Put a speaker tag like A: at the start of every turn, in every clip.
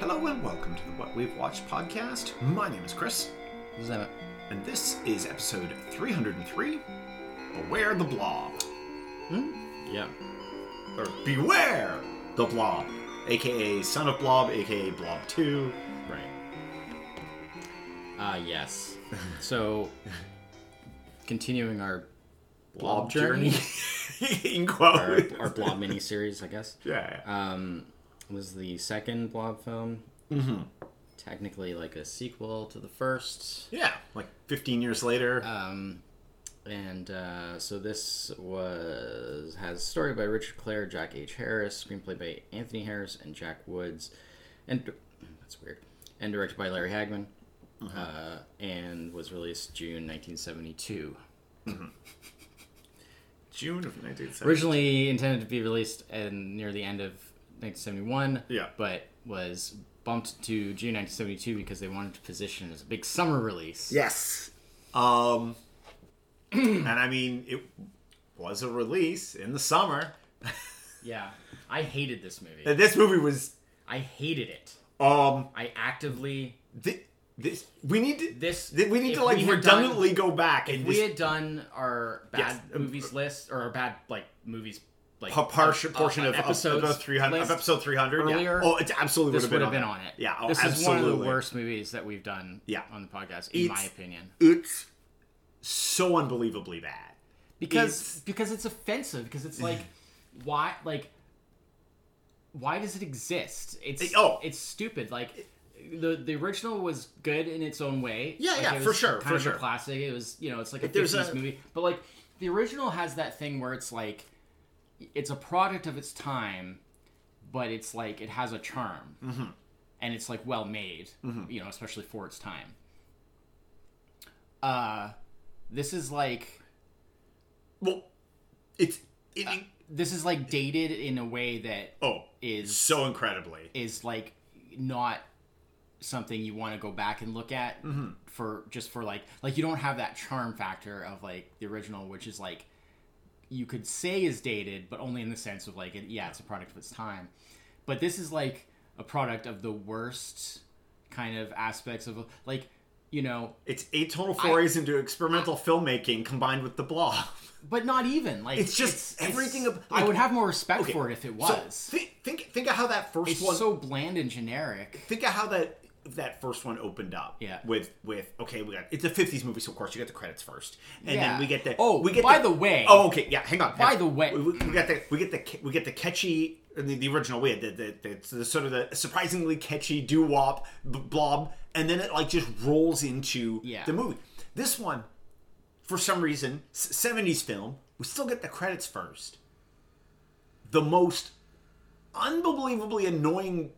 A: Hello and welcome to the What We've Watched podcast. My name is Chris,
B: This is Emmett.
A: and this is episode 303 Beware the Blob.
B: Yeah.
A: Or Beware the Blob, aka Son of Blob, aka Blob 2.
B: Right. Ah, yes. So, continuing our blob, journey,
A: journey. In
B: our,
A: quote.
B: our blob mini series, I guess,
A: yeah.
B: um, was the second blob film. Mm-hmm. Technically, like a sequel to the first.
A: yeah. Like 15 years later.
B: Um, and uh, so this was has story by Richard Clare, Jack H. Harris, screenplay by Anthony Harris and Jack Woods, and that's weird, and directed by Larry Hagman, uh, and was released June 1972.
A: June of 1970.
B: Originally intended to be released in, near the end of 1971,
A: Yeah.
B: but was bumped to June 1972 because they wanted to position it as a big summer release.
A: Yes. Um, and I mean, it was a release in the summer.
B: yeah. I hated this movie.
A: And this movie was,
B: I hated it.
A: um,
B: I actively
A: thi- this, we need to,
B: this.
A: thi- we need
B: if
A: to like
B: we had
A: redundantly go back and
B: Done, we
A: just
B: had done our bad
A: Yes, um,
B: movies list or our bad like movies like
A: a partial
B: uh,
A: portion
B: uh,
A: of, of, of,
B: episodes
A: the 300, of
B: list,
A: episode 300. yeah.
B: earlier,
A: Oh, it absolutely
B: This
A: would have
B: been
A: been,
B: on it.
A: Yeah. Oh,
B: this
A: absolutely.
B: is one of the worst movies that we've done.
A: Yeah.
B: on the podcast, in my
A: It's-
B: opinion,
A: It's so unbelievably bad.
B: because
A: it's-
B: because it's offensive. Because it's like why like why does it exist? It's
A: It- oh.
B: it's stupid. Like. The, the original was good in its own way.
A: Yeah,
B: Like,
A: yeah,
B: it
A: for
B: was
A: sure,
B: Kind
A: for
B: of
A: sure.
B: a classic. It was, you know, it's like a
A: There's
B: 50s
A: a-
B: movie. But like the original has that thing where it's like it's a product of its time, but it's like it has a charm, mm-hmm. and it's like well made,
A: Mm-hmm.
B: you know, especially for its time. Uh, this is like
A: Well, it's, it,
B: this is like dated in a way that
A: oh,
B: is
A: so incredibly.
B: is like not something you want to go back and look at
A: Mm-hmm.
B: for just for like like you don't have that charm factor of like the original which is like you could say is dated but only in the sense of like it, yeah it's a product of its time but this is like a product of the worst kind of aspects of like you know
A: It's atonal forays into experimental filmmaking combined with the blob.
B: but not even like
A: It's just everything ab-
B: i
A: like-
B: would have more respect for it if it
A: So
B: was
A: thi- think think of how that first
B: it's
A: one.
B: so bland and generic
A: think of how that that first one opened up.
B: Yeah.
A: With with okay, we got it's a '50s movie, so of course you get the credits first, and
B: Yeah.
A: then we get the
B: Oh,
A: we get
B: by the way-
A: Oh, okay, yeah. Hang on. hang
B: By
A: on.
B: the way-
A: we, we- we got the we get the ca- we get the catchy. The, the original we had the, the, the, the sort of the surprisingly catchy doo wop b- blob, and then it like just rolls into
B: Yeah.
A: the movie. This one, for some reason, s- 70s film, we still get the credits first. The most unbelievably annoying.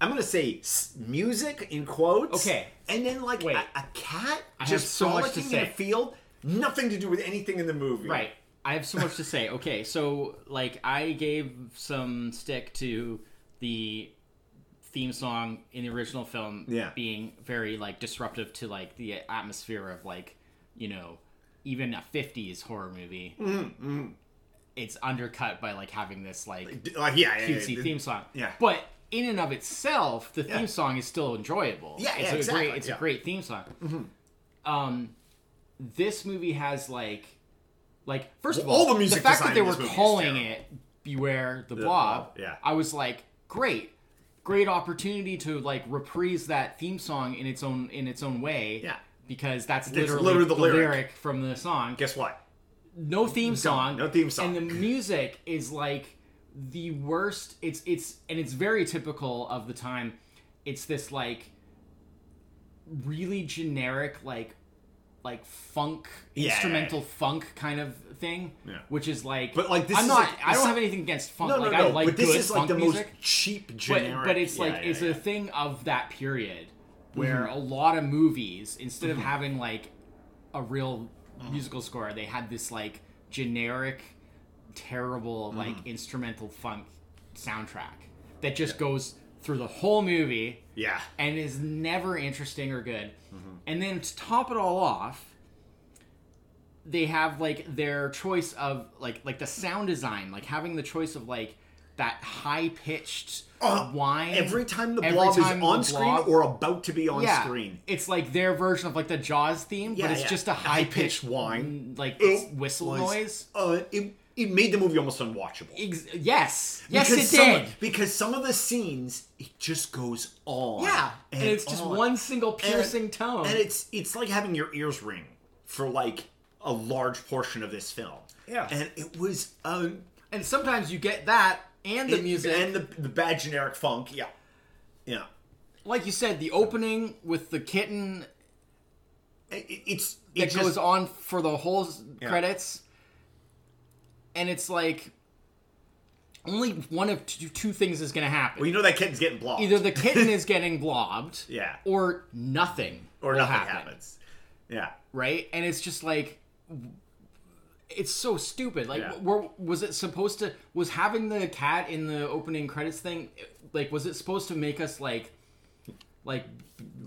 A: I'm gonna say s- music in quotes.
B: Okay.
A: and then like
B: Wait.
A: a, a cat
B: have
A: just
B: so much to
A: frolicking in a
B: say.
A: field, nothing to do with anything in the movie.
B: Right. I have so much to say. Okay, so like I gave some stick to the theme song in the original film
A: Yeah.
B: being very like disruptive to like the atmosphere of like, you know, even a 50s horror movie.
A: Mm-hmm,
B: It's undercut by like having this like
A: D- Like yeah, yeah, yeah,
B: cutesy
A: yeah.
B: theme song.
A: yeah.
B: But in and of itself, the theme song is still enjoyable.
A: Yeah,
B: it's
A: yeah,
B: a
A: exactly,
B: great it's
A: yeah. Mm-hmm.
B: a great theme song. Um, this movie has like, like first of
A: Well,
B: all,
A: all the music
B: fact
A: design
B: that
A: in
B: they
A: this
B: were
A: movie is
B: calling
A: terrible.
B: it "Beware the,
A: Blob,
B: Blob,"
A: yeah.
B: I was like, great, great opportunity to like reprise that theme song in its own in its own way.
A: Yeah.
B: Because that's literally,
A: literally the
B: the,
A: lyric.
B: lyric. from the song
A: Guess what?
B: no theme song
A: no theme song.
B: and the music is like the worst it's it's and it's very typical of the time it's this like really generic like like funk
A: Yeah.
B: instrumental funk kind of thing
A: Yeah.
B: which is like
A: But, like, this
B: i'm
A: is,
B: not
A: like,
B: i don't
A: this-
B: have anything against funk
A: No,
B: Oh, like
A: no,
B: i
A: no.
B: like
A: but this
B: good
A: is like
B: funk
A: the
B: music
A: most cheap
B: but,
A: generic.
B: but it's
A: Yeah,
B: like
A: yeah,
B: it's
A: yeah. Mm-hmm.
B: a thing of that period where a lot of movies instead of having like a real
A: Mm-hmm.
B: musical score they had this like generic terrible
A: Mm-hmm.
B: like instrumental funk soundtrack that just goes through the whole movie
A: yeah.
B: and is never interesting or good.
A: Mm-hmm.
B: And then to top it all off, they have like their choice of like like the sound design, like having the choice of like that high pitched
A: Uh,
B: whine
A: Every time the
B: every
A: blob
B: time
A: is
B: the
A: on screen
B: blob-
A: or about to be on
B: yeah,
A: screen.
B: It's like their version of like the Jaws theme,
A: Yeah,
B: but it's
A: yeah.
B: just a high pitched
A: High-pitched whine.
B: like
A: It
B: whistle
A: was-
B: noise.
A: Uh, it, it made the movie almost unwatchable.
B: Ex- yes, yes,
A: because
B: it
A: some,
B: did.
A: Because some of the scenes, it just goes on.
B: yeah, and, it's just
A: on.
B: one single piercing tone.
A: And it's it's like having your ears ring for like a large portion of this film.
B: Yeah.
A: And it was um
B: And sometimes you get that and the music.
A: and the the bad generic funk. Yeah. Yeah.
B: like you said, the opening with the kitten
A: It, it- it's it
B: that
A: just,
B: goes on for the whole s- credits, and it's like only one of two, two things is going to happen.
A: well, you know that kitten's getting blocked.
B: Either the kitten is getting blobbed,
A: Yeah.
B: or nothing,
A: or
B: will
A: nothing
B: happen,
A: happens. Yeah.
B: right? And it's just like it's so stupid. Like,
A: Yeah.
B: were, was it supposed to? Was having the cat in the opening credits thing, like, was it supposed to make us like, like,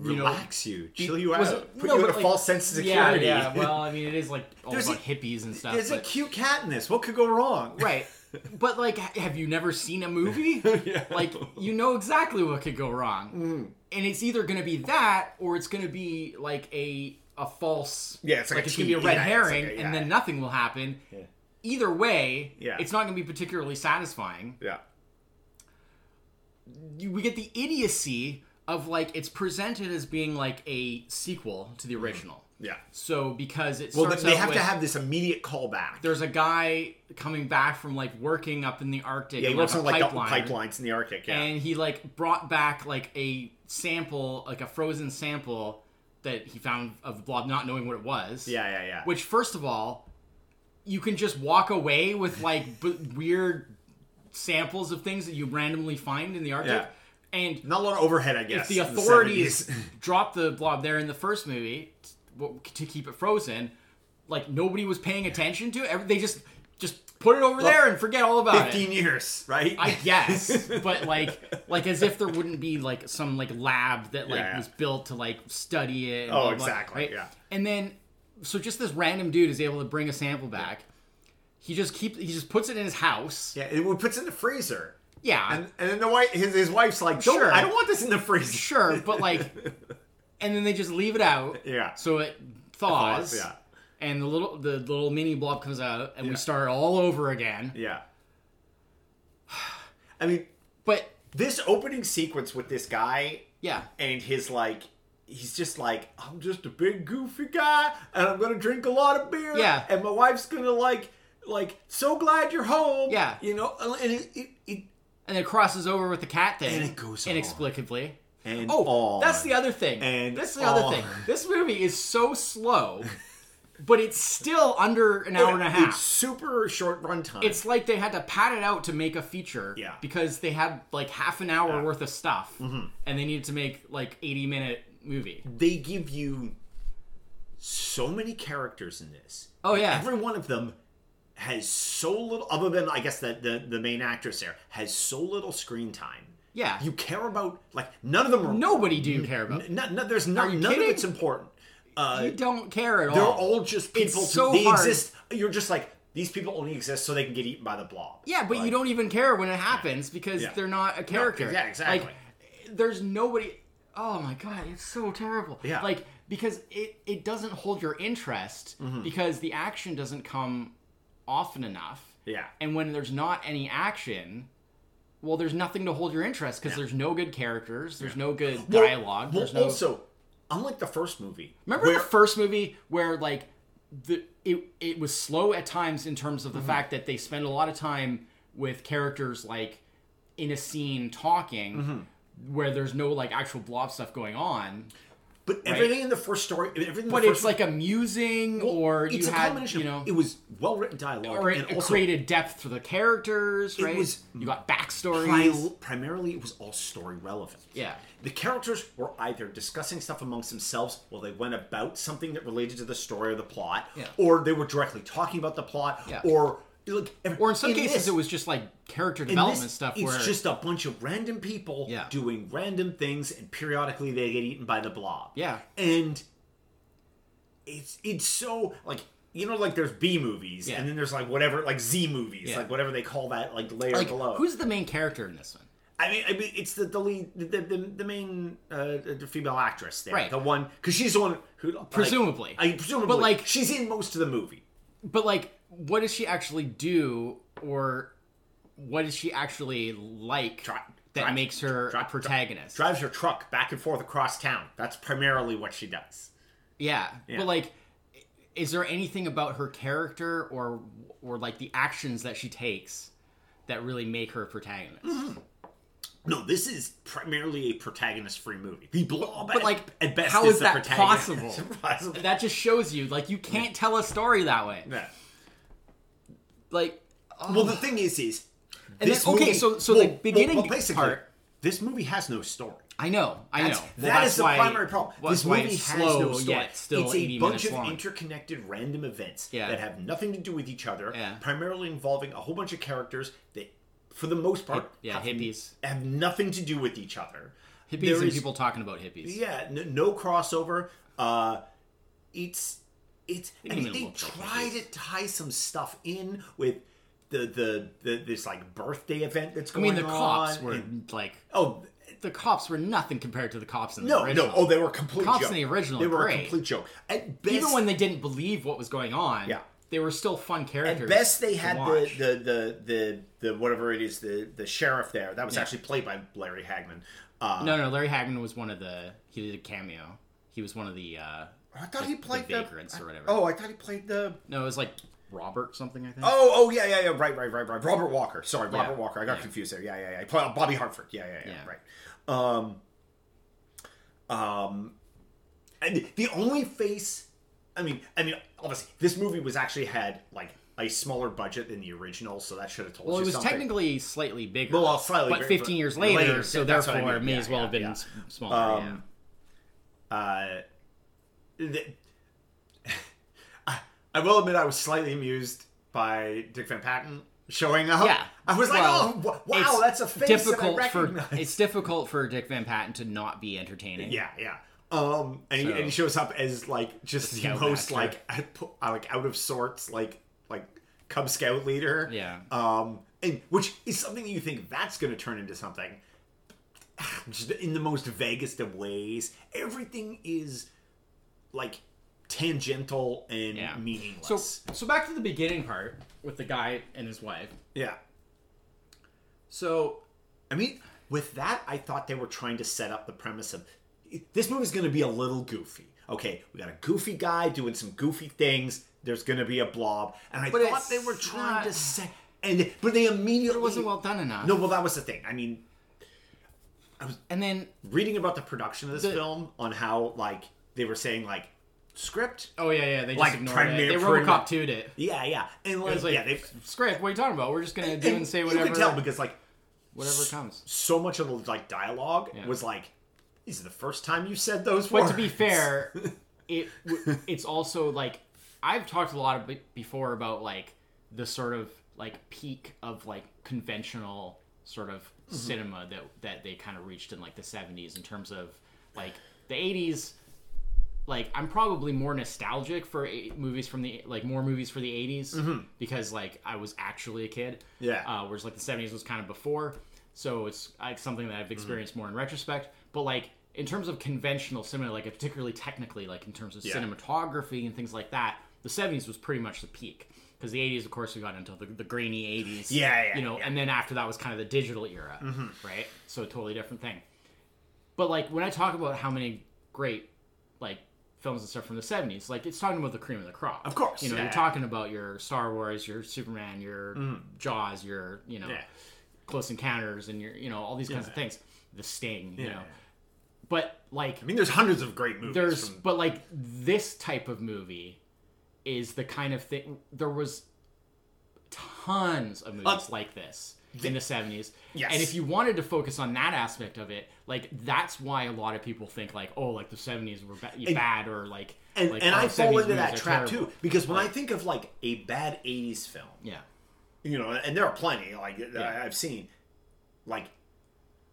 B: you know,
A: Relax you, chill you
B: was
A: out,
B: it-
A: put
B: no,
A: you in
B: but,
A: a
B: like,
A: false sense of
B: Yeah,
A: security.
B: yeah. Well, I mean, it is like all
A: There's
B: about
A: a-
B: hippies and stuff.
A: There's a
B: but-
A: cute cat in this. What could go wrong?
B: right. But like, ha- have you never seen a movie?
A: Yeah. Mm.
B: Like, you know exactly what could go wrong, and it's either going to be that, or it's going to be like a a false.
A: Yeah, it's like a
B: it's going to be
A: cheat.
B: a red
A: Yeah, it's like
B: herring,
A: a- yeah,
B: and then
A: yeah.
B: nothing will happen. Either way,
A: Yeah.
B: it's not going to be particularly satisfying.
A: Yeah.
B: You, we get the idiocy of like it's presented as being like a sequel to the original.
A: Yeah.
B: So because it
A: Mm. Well,
B: starts
A: they
B: out
A: have
B: with,
A: to have this immediate callback.
B: there's a guy coming back from like working up in the Arctic.
A: yeah,
B: on,
A: he works
B: a
A: on like
B: pipeline,
A: the pipelines in the Arctic. Yeah.
B: and he like brought back like a sample, like a frozen sample that he found of the blob, not knowing what it was.
A: yeah, yeah, yeah.
B: Which, first of all, you can just walk away with like b- weird samples of things that you randomly find in the Arctic,
A: Yeah.
B: and
A: Not a lot of overhead, I guess.
B: the
A: in the
B: authorities
A: 70s.
B: dropped the blob there in the first movie t- w- to keep it frozen. Like nobody was paying attention to it. Every- They just just put it over there and forget all about it.
A: 15 years, right?
B: I guess, but like, like as if there wouldn't be like some like lab that like
A: Yeah, yeah.
B: was built to like study it. And
A: Oh,
B: blah, blah,
A: exactly,
B: right?
A: yeah.
B: And then, so just this random dude is able to bring a sample back. He just keeps. He just puts it in his house.
A: yeah, it puts it in the freezer.
B: Yeah,
A: And, and then the wife, his, his wife's like, "Don't-
B: Sure.
A: I don't want this in the freezer.
B: sure, but like, and then they just leave it out.
A: Yeah.
B: So it thaws.
A: Yeah.
B: And the little the little mini blob comes out, and we start all over again.
A: Yeah. I mean,
B: But
A: this opening sequence with this guy
B: yeah,
A: and his like he's just like i'm just a big goofy guy and i'm gonna drink a lot of beer
B: Yeah.
A: and my wife's gonna like like so glad you're home
B: Yeah.
A: you know and it, it, it
B: and it crosses over with the cat thing,
A: And it goes on.
B: inexplicably.
A: and
B: Oh,
A: on.
B: that's the other thing.
A: And
B: that's the other
A: on.
B: thing. This movie is so slow, but it's still under an hour and a
A: it's
B: half.
A: super short runtime
B: It's like they had to pad it out to make a feature.
A: Yeah. Mm-hmm.
B: Because they had like half an hour worth of stuff, and they needed to make like eighty minute movie.
A: they give you so many characters in this
B: Oh yeah.
A: every one of them has so little other than i guess that the, the main actress there has so little screen time
B: yeah.
A: you care about like none of them are
B: Nobody do you care about.
A: No, no, there's not,
B: you
A: none
B: kidding?
A: of it's important. Uh,
B: you don't care at all.
A: they're all just people. to-
B: so
A: they
B: hard.
A: exist. You're just like these people only exist so they can get eaten by the blob.
B: Yeah, but you
A: Like,
B: don't even care when it happens because
A: Yeah.
B: they're not a character.
A: yeah, exactly.
B: Like, there's nobody. Oh my god, it's so terrible.
A: Yeah.
B: Like because it it doesn't hold your interest
A: Mm-hmm.
B: because the action doesn't come often enough.
A: Yeah.
B: And when there's not any action, well, there's nothing to hold your interest because there's no good characters, there's no good
A: Well,
B: dialogue.
A: Well,
B: there's no,
A: also, unlike the first movie,
B: Remember the first movie where like the it it was slow at times in terms
A: Mm-hmm.
B: of the fact that they spend a lot of time with characters like in a scene talking
A: Mm-hmm.
B: where there's no like actual blob stuff going on,
A: but everything in the first story, everything. in
B: but
A: the
B: it's
A: first,
B: like amusing or
A: it's
B: you
A: a
B: had
A: combination.
B: you
A: of-
B: know
A: it was well written dialogue,
B: or it,
A: and
B: it
A: also
B: created depth for the characters, right?
A: was
B: you got backstories.
A: pri- primarily it was all story relevant.
B: Yeah.
A: The characters were either discussing stuff amongst themselves while they went about something that related to the story or the plot,
B: Yeah.
A: or they were directly talking about the plot,
B: Yeah.
A: or like, every-
B: or in some cases,
A: this-
B: it was just like character
A: in this,
B: development stuff.
A: It's
B: where
A: just a bunch of random people
B: Yeah.
A: doing random things, and periodically they get eaten by the blob.
B: Yeah.
A: and it's it's so like you know, like there's B movies,
B: Yeah.
A: and then there's like whatever, like Z movies,
B: Yeah.
A: like whatever they call that, like layer
B: Like,
A: below.
B: who's the main character in this one?
A: I mean, I mean, it's the the lead, the, the, the main uh, the female actress there,
B: Right.
A: the one because she's the one who like,
B: Presumably.
A: I presumably,
B: But, like-
A: she's in most of the movie.
B: But like, what does she actually do, or what does she actually like
A: Drive-
B: that
A: drive-
B: makes her
A: drive-
B: a protagonist?
A: Drives her truck back and forth across town. That's primarily what she does.
B: yeah. but like, is there anything about her character or or like the actions that she takes that really make her a protagonist?
A: Mm-hmm. No, this is primarily a protagonist-free movie. The blob, but
B: like,
A: at best,
B: how
A: is,
B: is
A: the
B: that
A: protagonist.
B: possible?
A: possible.
B: That just shows you like you can't tell a story that way.
A: Yeah.
B: Like, oh,
A: Well, the thing is, is
B: And
A: this
B: then- okay,
A: movie-
B: so- so
A: well,
B: the
A: well,
B: beginning
A: well, basically,
B: part-
A: This movie has no story.
B: I know, I know.
A: That's,
B: Well,
A: that is
B: that's
A: the
B: why-
A: primary problem.
B: well,
A: This
B: that's why
A: movie
B: it's
A: has
B: slow,
A: no story.
B: Yet still
A: it's
B: 80
A: a bunch
B: minutes
A: of
B: long.
A: interconnected random events
B: Yeah.
A: that have nothing to do with each other,
B: Yeah.
A: primarily involving a whole bunch of characters that, for the most part,
B: yeah,
A: have,
B: hippies.
A: have nothing to do with each other.
B: hippies
A: There
B: and
A: is-
B: people talking about hippies.
A: Yeah, n- no crossover. Uh, it's it's and
B: even
A: they
B: look like
A: try to tie some stuff in with the the, the this like birthday event that's
B: I
A: going
B: mean,
A: on.
B: the cops were
A: and-
B: like
A: oh
B: the cops were nothing compared to the cops in the
A: no
B: original.
A: no oh they were a complete
B: Cops in
A: joke.
B: the original
A: they
B: are
A: were a
B: great.
A: complete joke. At best,
B: even when they didn't believe what was going on.
A: Yeah.
B: they were still fun characters.
A: at best they
B: to
A: had the,
B: watch.
A: the the the the whatever it is the the sheriff there that was actually played by Larry Hagman. Uh,
B: no no Larry Hagman was one of the he did a cameo. He was one of the uh
A: I thought he played the,
B: vagrants or whatever.
A: Oh, I thought he played the
B: no, it was like Robert something I think.
A: Oh, oh, yeah, yeah, yeah, right, right, right, right. Robert Walker. Sorry, Robert
B: Yeah.
A: Walker. I got confused there. Yeah, yeah, yeah. Play- Bobby Hartford. Yeah, yeah, yeah.
B: Yeah.
A: Right. Um, um, and the only face. I mean, I mean, obviously, this movie was actually had like a smaller budget than the original, so that should have told
B: Well,
A: you
B: it was
A: something.
B: technically slightly bigger,
A: Well, well, slightly
B: but
A: bigger,
B: 15
A: but
B: years later,
A: later,
B: so
A: that's what I
B: therefore it
A: mean.
B: may
A: Yeah,
B: as well
A: yeah,
B: have been
A: yeah. Um,
B: s- smaller. yeah.
A: uh, the- I, I will admit I was slightly amused by Dick Van Patten showing up.
B: Yeah.
A: I was
B: Well,
A: like, oh,
B: It's
A: wow, that's a face
B: difficult
A: that I
B: for
A: recognize.
B: it's difficult for Dick Van Patten to not be entertaining.
A: Yeah, yeah. Um, and, he,
B: So-
A: and he shows up as like just the,
B: Scout
A: most
B: Master.
A: like at- po- uh, like out of sorts, like like Cub Scout leader.
B: Yeah.
A: Um, and which is something you think that's going to turn into something. Just in the most vaguest of ways, everything is like tangential and
B: Yeah.
A: meaningless.
B: So so back to the beginning part with the guy and his wife.
A: yeah,
B: So
A: I mean, with that, I thought they were trying to set up the premise of this movie's going to be a little goofy. Okay, we got a goofy guy doing some goofy things. There's going to be a blob, and I
B: But
A: thought
B: it's
A: they were trying
B: not-
A: to set. And but they immediately
B: it wasn't well done enough.
A: No, well that was the thing. I mean,
B: And then
A: reading about the production of this
B: The-
A: film on how like they were saying like script.
B: oh yeah yeah they just
A: Like,
B: ignored
A: primary-
B: it. They
A: primary-
B: RoboCop 2'd it.
A: Yeah, yeah, and
B: It
A: like,
B: was like
A: yeah, they
B: script. What are you talking about? We're just gonna do and, say whatever
A: You can tell because like
B: whatever comes.
A: so much of the like dialogue
B: Yeah.
A: was like, "This is the first time you said those
B: But
A: words."
B: to be fair, it w- it's also like I've talked a lot of it before about like the sort of like peak of like conventional sort of cinema that that they kind of reached in like the 70s in terms of like the 80s like I'm probably more nostalgic for eight movies from the like more movies for the 80s because like I was actually a kid.
A: Yeah.
B: Uh, whereas like the 70s was kind of before, so it's like something that
A: Mm-hmm.
B: I've experienced more in retrospect. But like in terms of conventional cinema, like particularly technically, like in terms of cinematography and things like that, the 70s was pretty much the peak. Because the 80s, of course, we got into the, the grainy 80s.
A: Yeah, yeah, Mm-hmm.
B: You know, and then after that was kind of the digital era, right? So a totally different thing. But like when I talk about how many great like films and stuff from the seventies, like it's talking about the cream of the crop.
A: Of course,
B: you know
A: yeah.
B: you're talking about your Star Wars, your Superman, your Jaws, your you know
A: Mm-hmm. Yeah.
B: Close Encounters, and your you know all these kinds of things. The Sting, you
A: Yeah,
B: know.
A: yeah.
B: But like
A: I mean, there's hundreds of great movies.
B: there's
A: from-
B: but like this type of movie is the kind of thing there was tons of movies like this in the 70s
A: Uh, Yes.
B: and if you wanted to focus on that aspect of it like that's why a lot of people think like oh like the 70s were ba- bad or like
A: and,
B: like,
A: and
B: oh,
A: I
B: 70s
A: fall into
B: movies
A: that
B: are
A: trap
B: terrible.
A: too because when I think of like a bad '80s film,
B: yeah
A: you know, and there are plenty like that I've seen, like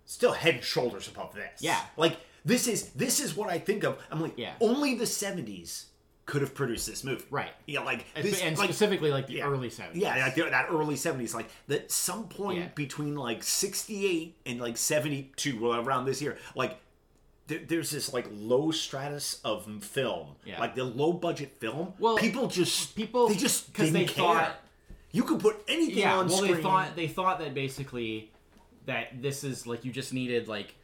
A: still head and shoulders above this.
B: Yeah.
A: like this is this is what I think of. I'm like,
B: Yeah.
A: only the '70s could have produced this movie.
B: Right.
A: Yeah, like
B: And
A: this,
B: spe- and
A: like,
B: specifically like the
A: yeah.
B: early 70s.
A: yeah, like that early seventies, like that some point
B: Yeah.
A: between like sixty eight and like seventy two, well, around this year, like there, there's this like low stratus of film,
B: Yeah.
A: like the low budget film.
B: Well,
A: people just
B: people-
A: they just
B: 'cause
A: didn't
B: they
A: care.
B: thought-
A: you could put anything
B: yeah
A: on
B: well
A: screen.
B: they thought they thought that basically that this is like you just needed like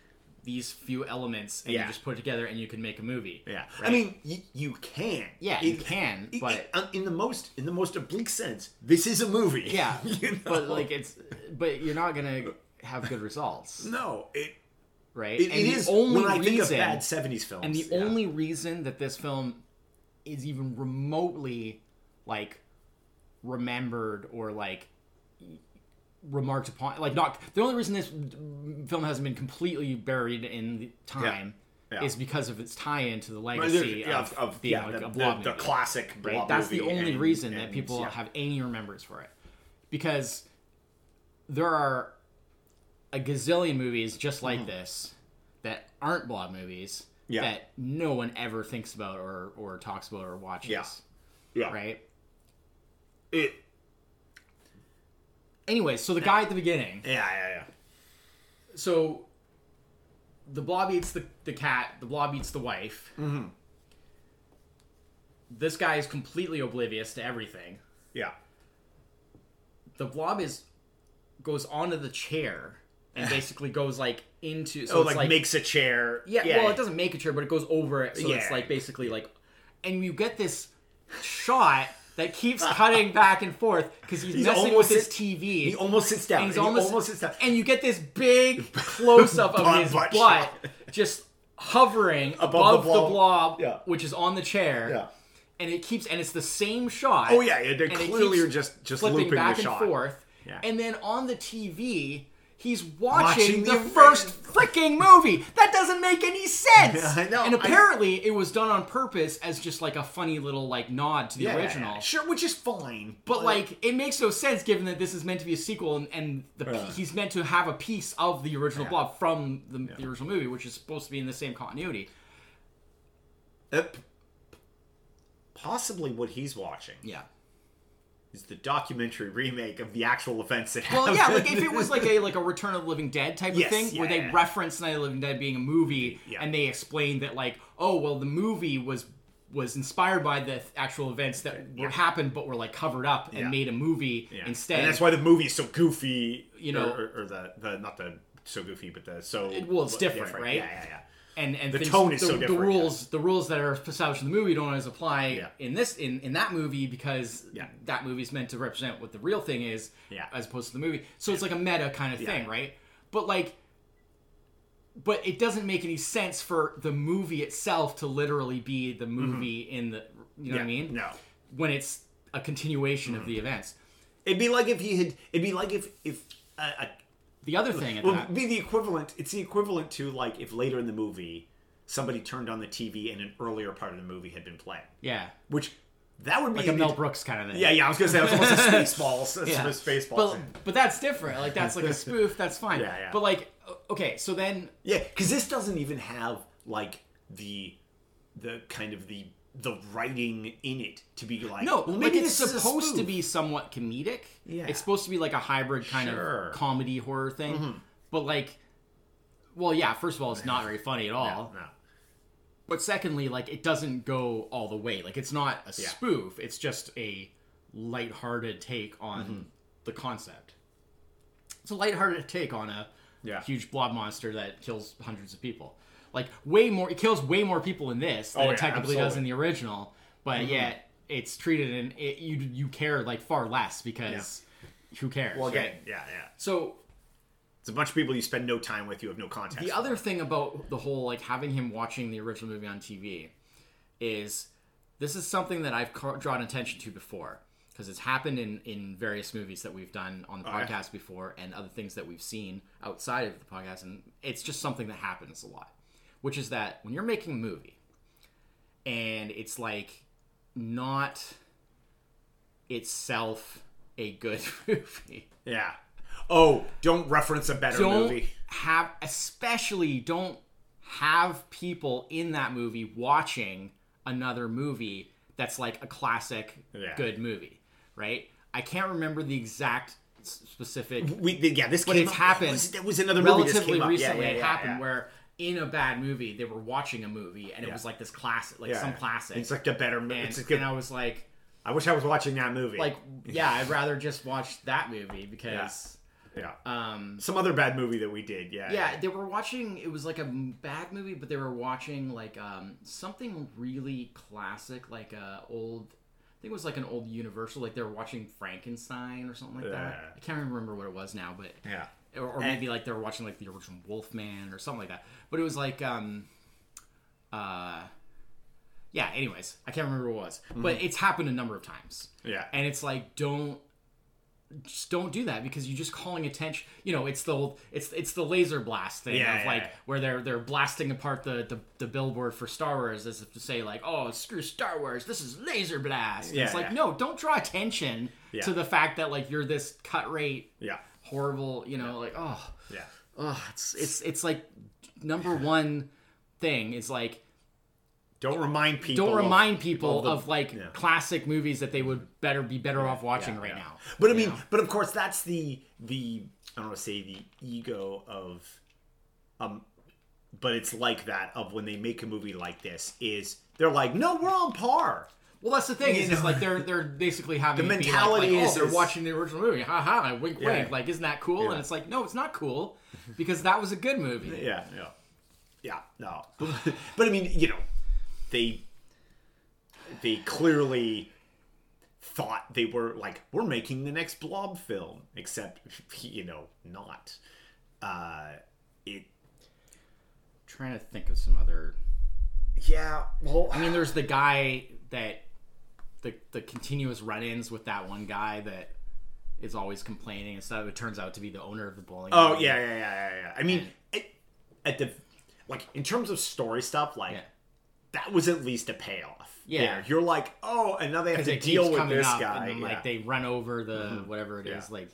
B: these few elements and
A: Yeah.
B: you just put it together and you can make a movie
A: yeah, I
B: right?
A: mean, you, you can.
B: yeah
A: It-
B: you can
A: it-
B: but
A: it- in the most in the most oblique sense, this is a movie.
B: yeah
A: You know?
B: but like it's but you're not gonna have good results
A: no, it,
B: right
A: it,
B: and
A: it
B: the
A: is
B: only
A: when I
B: reason
A: think of bad seventies films,
B: and the
A: yeah.
B: only reason that this film is even remotely like remembered or like remarked upon like not the only reason this film hasn't been completely buried in the time
A: Yeah.
B: is because of its tie-in to the
A: But there's-
B: legacy
A: yeah,
B: of, being
A: yeah,
B: like
A: the,
B: a blob
A: the, the
B: movie,
A: classic
B: right?
A: blob
B: that's the
A: movie
B: only
A: and-
B: reason
A: and-
B: that people
A: yeah.
B: have any remembrance for it because there are a gazillion movies just like this that aren't blob movies
A: Mm-hmm. Yeah.
B: that no one ever thinks about or, or talks about or watches.
A: Yeah. yeah.
B: Right?
A: It,
B: Anyway, so the guy at the beginning.
A: yeah, yeah, yeah.
B: So the blob eats the, the cat, the blob eats the wife. Mm-hmm. This guy is completely oblivious to everything.
A: Yeah.
B: The blob is goes onto the chair and basically goes like into so
A: So
B: it's
A: Oh, like, makes a chair.
B: Yeah, well, it doesn't make a chair, but it goes over it, so
A: Yeah.
B: it's like basically like, and you get this shot that keeps cutting back and forth because he's, messing with
A: almost
B: his
A: at-
B: TV.
A: He almost sits down.
B: and he's
A: and he
B: almost,
A: sits down.
B: and you get this big close up of
A: Butt-
B: his
A: butt
B: butt,
A: shot.
B: just hovering
A: Above
B: above,
A: the
B: the
A: blob.
B: blob,
A: Yeah.
B: which is on the chair.
A: Yeah.
B: And it keeps, and it's the same shot
A: Oh yeah, yeah they
B: and it
A: clearly
B: keeps
A: are just just
B: flipping
A: looping
B: back
A: the
B: and
A: shot.
B: forth.
A: Yeah.
B: And then on the TV, he's
A: Watching
B: watching,
A: the
B: the, first freaking movie. That doesn't make any sense.
A: Yeah, I know,
B: And
A: I-
B: apparently, it was done on purpose as just like a funny little like nod to the
A: Yeah,
B: original.
A: sure, which is fine.
B: But like, it makes no sense given that this is meant to be a sequel, and, and the
A: Yeah.
B: he's meant to have a piece of the original blob from the, the original movie, which is supposed to be in the same continuity.
A: Uh, p- possibly what he's watching
B: Yeah.
A: is the documentary remake of the actual events that
B: Well,
A: happened.
B: yeah, like if it was like a like a Return of the Living Dead type
A: Yes,
B: of thing, where
A: yeah,
B: they
A: yeah.
B: reference Night of the Living Dead being a movie,
A: Yeah.
B: and they explain that like, oh, well, the movie was was inspired by the th- actual events that were happened, but were like covered up and
A: Yeah.
B: made a movie
A: Yeah.
B: instead.
A: And that's why the movie is so goofy,
B: You know-
A: or, or, or the, the not the so goofy, but the so
B: well, it's different, right?
A: Yeah, yeah, yeah.
B: and and the
A: tone is so different,
B: The rules, the rules that are established in the movie don't always apply
A: Yeah.
B: in this in in that movie because
A: Yeah.
B: that movie's meant to represent what the real thing is,
A: Yeah.
B: as opposed to the movie. So it's like a meta kind of thing, right? But like. But it doesn't make any sense for the movie itself to literally be the movie in the, you know what
A: Mm-hmm.
B: I
A: Yeah,
B: mean?
A: no. Mm-hmm.
B: When it's a continuation of the events.
A: It'd be like if he had. It'd be like if if uh, uh,
B: The other thing at
A: well,
B: that,
A: it'd be the equivalent. It's the equivalent to like if later in the movie somebody turned on the TV and an earlier part of the movie had been playing,
B: yeah,
A: which that would be
B: like a Mel Brooks kind of thing.
A: Yeah, yeah. I was gonna say that was almost a Spaceballs. That's
B: Yeah.
A: what Spaceballs.
B: But,
A: is.
B: but that's different. Like that's like a spoof. That's fine.
A: Yeah, yeah.
B: But like, o- okay, so then
A: Yeah, because this doesn't even have like the the kind of the the writing in it to be like
B: no,
A: well,
B: like
A: maybe
B: it's
A: this is a
B: supposed to
A: spoof.
B: be somewhat comedic.
A: Yeah.
B: it's supposed to be like a hybrid kind
A: Sure. Mm-hmm.
B: of comedy horror thing. But like, well, yeah. First of all, it's not very funny at all.
A: no.
B: But secondly, like it doesn't go all the way. Like it's not a
A: Yeah.
B: spoof. It's just a lighthearted take on
A: Mm-hmm.
B: the concept. It's a lighthearted take on a
A: Yeah.
B: huge blob monster that kills hundreds of people. Like way more, it kills way more people in this than
A: Oh, yeah,
B: it technically does
A: absolutely. Mm-hmm.
B: in the original. But yet it's treated in it, you you care like far less because who cares?
A: Well, again,
B: right?
A: yeah, yeah.
B: So
A: It's a bunch of people you spend no time with. You have no contact.
B: the other thing about the whole like having him watching the original movie on TV is this is something that I've ca- drawn attention to before because it's happened in in various movies that we've done on the podcast before and other things that we've seen outside of the podcast and it's just something that happens a lot which is that when you're making a movie and it's like not itself a good movie
A: yeah. Oh, don't reference a better
B: don't
A: movie.
B: have especially don't have people in that movie watching another movie that's like a classic
A: Yeah.
B: good movie, right? I can't remember the exact s- specific
A: We yeah, this
B: But
A: came
B: it's
A: up-
B: happened
A: Was, that was another movie this
B: relatively
A: came up.
B: recently
A: yeah, yeah,
B: it
A: yeah,
B: happened
A: yeah.
B: where in a bad movie they were watching a movie and it
A: Yeah.
B: was like this classic like
A: Yeah.
B: some classic
A: It's like a better movie.
B: and,
A: It's a good,
B: and I was like
A: I wish I was watching that movie.
B: like yeah I'd rather just watch that movie because
A: yeah,
B: um
A: some other bad movie that we did. Yeah,
B: yeah they were watching it was like a m- bad movie but they were watching like um something really classic like a old I think it was like an old Universal like they were watching Frankenstein or something like
A: Yeah.
B: that I can't remember what it was now but
A: yeah.
B: or, or
A: And-
B: maybe like they were watching like the original Wolfman or something like that. But it was like, um, uh, yeah. Anyways, I can't remember what it was,
A: Mm-hmm.
B: but it's happened a number of times,
A: Yeah.
B: and it's like don't just don't do that because you're just calling attention. You know, it's the old, it's it's the laser blast thing
A: Yeah,
B: of
A: yeah,
B: like
A: yeah.
B: where they're they're blasting apart the, the the billboard for Star Wars as if to say like, oh, screw Star Wars, this is laser blast. And
A: Yeah,
B: it's like
A: yeah.
B: no, don't draw attention
A: Yeah.
B: to the fact that like you're this cut rate
A: yeah,
B: horrible you know like oh
A: yeah,
B: oh it's it's it's like number one thing is like
A: Don't remind people.
B: don't
A: of-
B: remind people of,
A: the-
B: like
A: yeah.
B: classic movies that they would better be better off watching
A: yeah,
B: right
A: yeah.
B: now
A: But I mean, but of course, that's the the I don't want to say the ego of, um, but it's like that of when they make a movie like this is they're like, no, we're on par.
B: well that's the thing is,
A: know.
B: is like they're they're basically having
A: The
B: it be
A: mentality
B: like, like,
A: is-
B: oh, they're
A: is-
B: watching the original movie ha ha wink
A: Yeah.
B: wink like isn't that cool and it's like no it's not cool because that was a good movie
A: Yeah, yeah, yeah. No, but I mean, you know, they they clearly thought they were like we're making the next blob film except you know not uh it
B: trying to think of some other
A: yeah well
B: I mean, there's the guy that the the continuous run-ins with that one guy that is always complaining and stuff. It turns out to be the owner of the bowling.
A: Oh
B: alley.
A: yeah, yeah, yeah, yeah. yeah. I mean, it, at the like in terms of story stuff, like
B: Yeah.
A: that was at least a payoff.
B: Yeah.
A: there. you're like, oh, and now they have
B: Because
A: to
B: it
A: deal
B: keeps
A: with
B: coming
A: this
B: up,
A: guy.
B: and then,
A: yeah. Mm-hmm.
B: like they run over the whatever it is. Like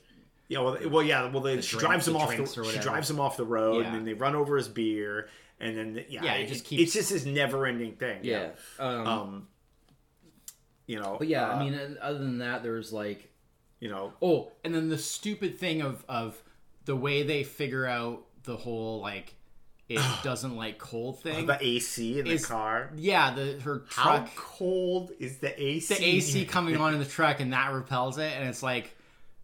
A: yeah, well, they- well, yeah, well, they, she
B: drinks-
A: drives him
B: the
A: off. The,
B: drinks or
A: she
B: whatever.
A: drives him off the road,
B: Yeah.
A: and then they run over his beer, and then yeah,
B: Yeah, it just keeps-
A: It's just this never-ending thing.
B: Um,
A: Um. You know.
B: but yeah,
A: uh,
B: I mean, uh, other than that, there's like
A: you know.
B: Oh, and then the stupid thing of of the way they figure out the whole like it doesn't like cold thing.
A: The AC in the
B: is-
A: car.
B: yeah, the her
A: How
B: truck.
A: cold is the AC?
B: the AC coming on in the truck and that repels it, and it's like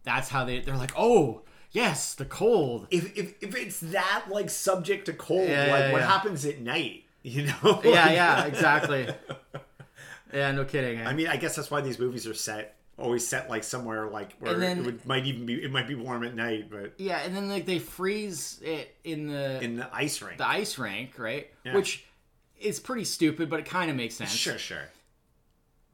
B: that's how they they're like, oh yes, the cold.
A: if, if, if it's that like subject to cold,
B: Yeah,
A: like
B: yeah,
A: what
B: yeah.
A: happens at night, you know?
B: Yeah, yeah, exactly. Yeah, no kidding.
A: I mean, I guess that's why these movies are set always set like somewhere like where
B: And then-
A: it would, might even be it might be warm at night, but
B: yeah, and then like they freeze it in the
A: in the ice rink.
B: the ice rink, right? Which is pretty stupid, but it kind of makes sense.
A: sure, sure.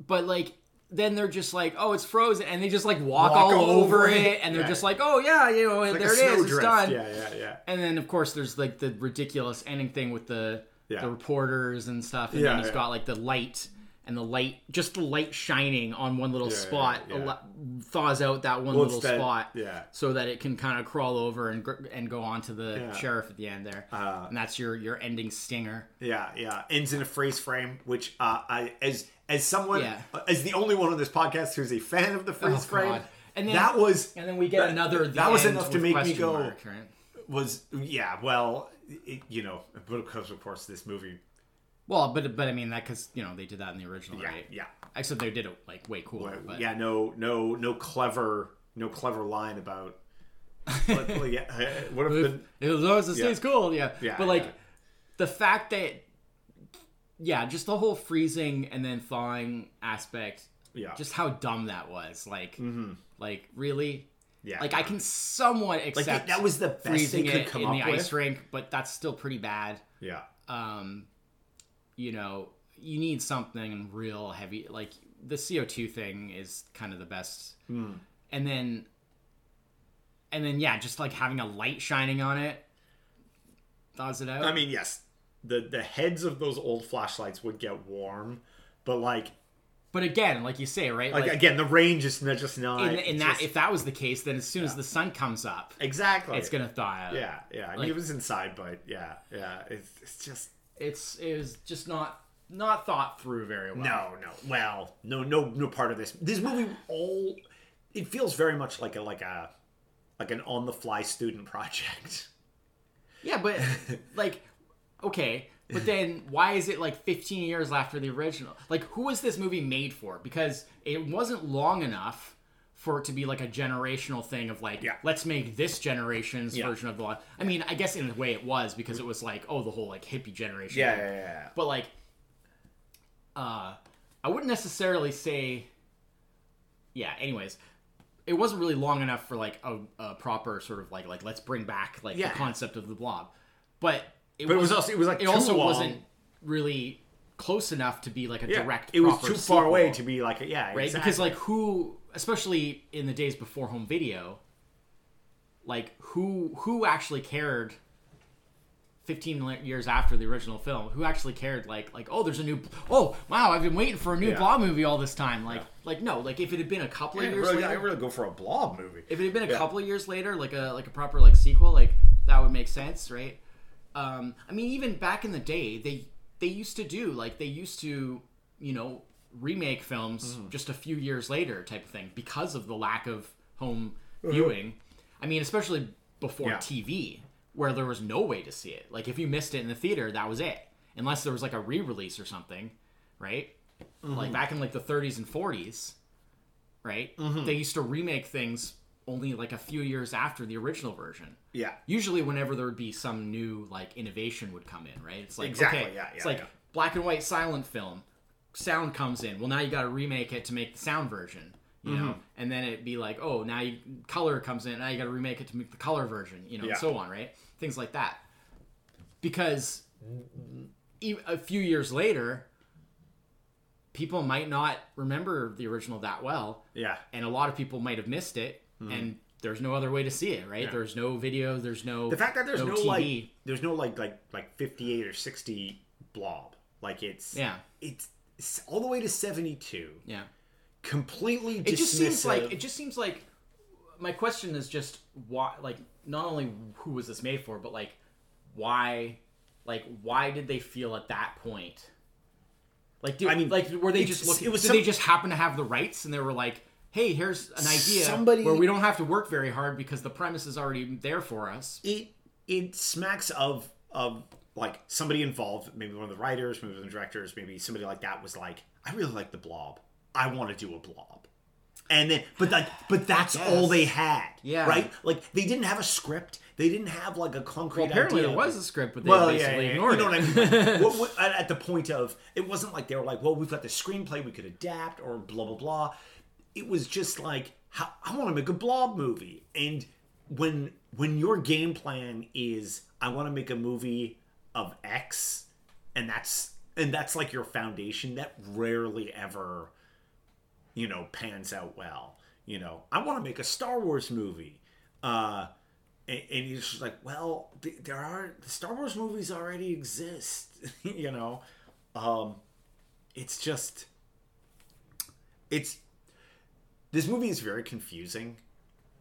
B: But like. Then they're just like, oh, it's frozen, and they just like walk,
A: Walk
B: all over
A: over
B: it,
A: it.
B: and they're
A: Yeah.
B: just like, oh yeah, you know,
A: Like
B: there
A: a
B: it
A: snow
B: is, it's
A: drift.
B: done.
A: Yeah, yeah, yeah.
B: And then of course there's like the ridiculous ending thing with the
A: Yeah.
B: the reporters and stuff. And
A: Yeah,
B: then he's
A: yeah.
B: got like the light and the light, just the light shining on one little
A: yeah,
B: spot
A: yeah.
B: al- thaws out that one
A: Well, it's
B: little
A: that-
B: spot,
A: yeah.
B: so that it can kind of crawl over and gr- and go on to the
A: Yeah.
B: sheriff at the end there.
A: Uh,
B: and that's your your ending stinger.
A: Yeah, yeah. Ends in a phrase frame, which uh, I as as someone uh,
B: Yeah. Oh,
A: as the only one on this podcast who's a fan of the phrase frame,
B: God. And then-
A: that was
B: And then we get
A: That-
B: another.
A: that was enough to
B: with
A: make me
B: question
A: go,
B: mark, right?
A: was yeah. Well, it, you know, because of course this movie,
B: Well, but but I mean that because you know they did that in the original,
A: yeah,
B: right?
A: yeah.
B: Except they did it like way cooler. But
A: yeah, no, no, no clever, no clever line about. what, well, yeah, uh, what if the,
B: as long as it stays cool, yeah.
A: Yeah,
B: but like
A: yeah.
B: the fact that yeah, just the whole freezing and then thawing aspect,
A: yeah,
B: just how dumb that was. Like, like really,
A: Mm-hmm. yeah,
B: like I can somewhat
A: like
B: accept
A: that, that was the best they
B: freezing
A: could
B: it
A: come
B: in
A: up
B: the
A: with.
B: ice rink, but that's still pretty bad.
A: Yeah,
B: Um, you know, you need something real heavy. Like the CO two thing is kind of the best,
A: Hmm.
B: and then. And then yeah, just like having a light shining on it thaws it out.
A: I mean, yes, the the heads of those old flashlights would get warm, but like,
B: But again, like you say, right?
A: like,
B: Like,
A: again, the range is not just not
B: in, in
A: it's
B: that,
A: just-
B: if that was the case, then as soon as the sun comes up,
A: exactly,
B: it's gonna thaw out.
A: yeah, yeah. I mean,
B: like-
A: it was inside, but yeah, yeah, it's it's just
B: It's it was just not not thought through very well.
A: No, no. Well, no, no, no part of this. This movie all it feels very much like a like a like an on the fly student project.
B: Yeah, but like, okay, but then why is it like 15 years after the original? Like, who was this movie made for? Because it wasn't long enough for it to be like a generational thing of like,
A: Yeah.
B: let's make this generation's
A: Yeah.
B: version of the. I mean, I guess in a way it was because it was like, oh, the whole like hippie generation.
A: Yeah, yeah, yeah.
B: But like, uh, I wouldn't necessarily say. Yeah. Anyways, it wasn't really long enough for like a, a proper sort of like like let's bring back like
A: Yeah.
B: the concept of the blob, but it,
A: But it was
B: wasn't-
A: also it was like
B: it
A: too
B: also
A: long.
B: wasn't really close enough to be like a
A: Yeah,
B: direct.
A: It was
B: proper
A: too far away
B: sequel,
A: to be like a- yeah,
B: right
A: exactly.
B: because like who, especially in the days before home video, like who who actually cared. 15 li- years after the original film who actually cared like like oh there's a new oh wow i've been waiting for a new
A: Yeah.
B: blob movie all this time like like no like if it had been a couple of
A: I
B: years
A: really,
B: later
A: I really go for a blob movie.
B: if it had been a
A: Yeah.
B: couple of years later, like a like a proper like sequel, like that would make sense, right? Um, I mean, even back in the day, they they used to do like they used to, you know, remake films
A: Mm-hmm.
B: just a few years later type of thing because of the lack of home viewing. I mean, especially before
A: Uh-huh. Yeah.
B: TV, where there was no way to see it. Like if you missed it in the theater, that was it, unless there was like a re-release or something, right? Like back in like the 30s and 40s right? They used to remake things only like a few years after the original version.
A: yeah.
B: Usually, whenever there would be some new like innovation would come in, right? It's like
A: Exactly,
B: okay,
A: yeah,
B: it's
A: yeah,
B: like
A: yeah.
B: black and white silent film. Sound comes in. Well, now you got to remake it to make the sound version, you
A: Mm-hmm.
B: know. And then it'd be like, oh, now you, color comes in. Now you got to remake it to make the color version, you know,
A: Yeah.
B: and so on, right? Things like that. Because e- a few years later, people might not remember the original that well,
A: Yeah.
B: and a lot of people might have missed it
A: Hmm.
B: and there's no other way to see it right there's no video there's no
A: The fact that there's no, like
B: TV.
A: there's no like like like 58 or 60 blob. Like it's
B: yeah
A: it's it's all the way to 72.
B: yeah
A: Completely
B: it just seems like
A: dismissive.
B: it just seems like my question is just why like not only who was this made for but like why like why did they feel at that point like do,
A: I mean,
B: like were they
A: it's-
B: just looking
A: it was
B: did
A: some-
B: they just happen to have the rights and they were like hey here's an idea
A: Somebody-
B: where we don't have to work very hard because the premise is already there for us
A: it it smacks of of like somebody involved, maybe one of the writers, maybe one of the directors, maybe somebody like that was like, I really like the blob. I want to do a blob. And then but like but that's all they had.
B: Yeah.
A: Right? Like they didn't have a script. They didn't have like a concrete
B: apparently
A: idea.
B: there was a script but they
A: well, yeah, yeah,
B: basically
A: yeah.
B: ignored
A: you know what I
B: it
A: mean? Like, what- what- at at the point of it wasn't like they were like, well, we've got the screenplay we could adapt or blah blah blah. It was just like, how, I want to make a blob movie, and when when your game plan is, I want to make a movie of X, and that's and that's like your foundation. That rarely ever, you know, pans out well. You know, I want to make a Star Wars movie. Uh, and, and he's just like, well, th- there are the Star Wars movies already exist, you know. Um, it's just, it's this movie is very confusing,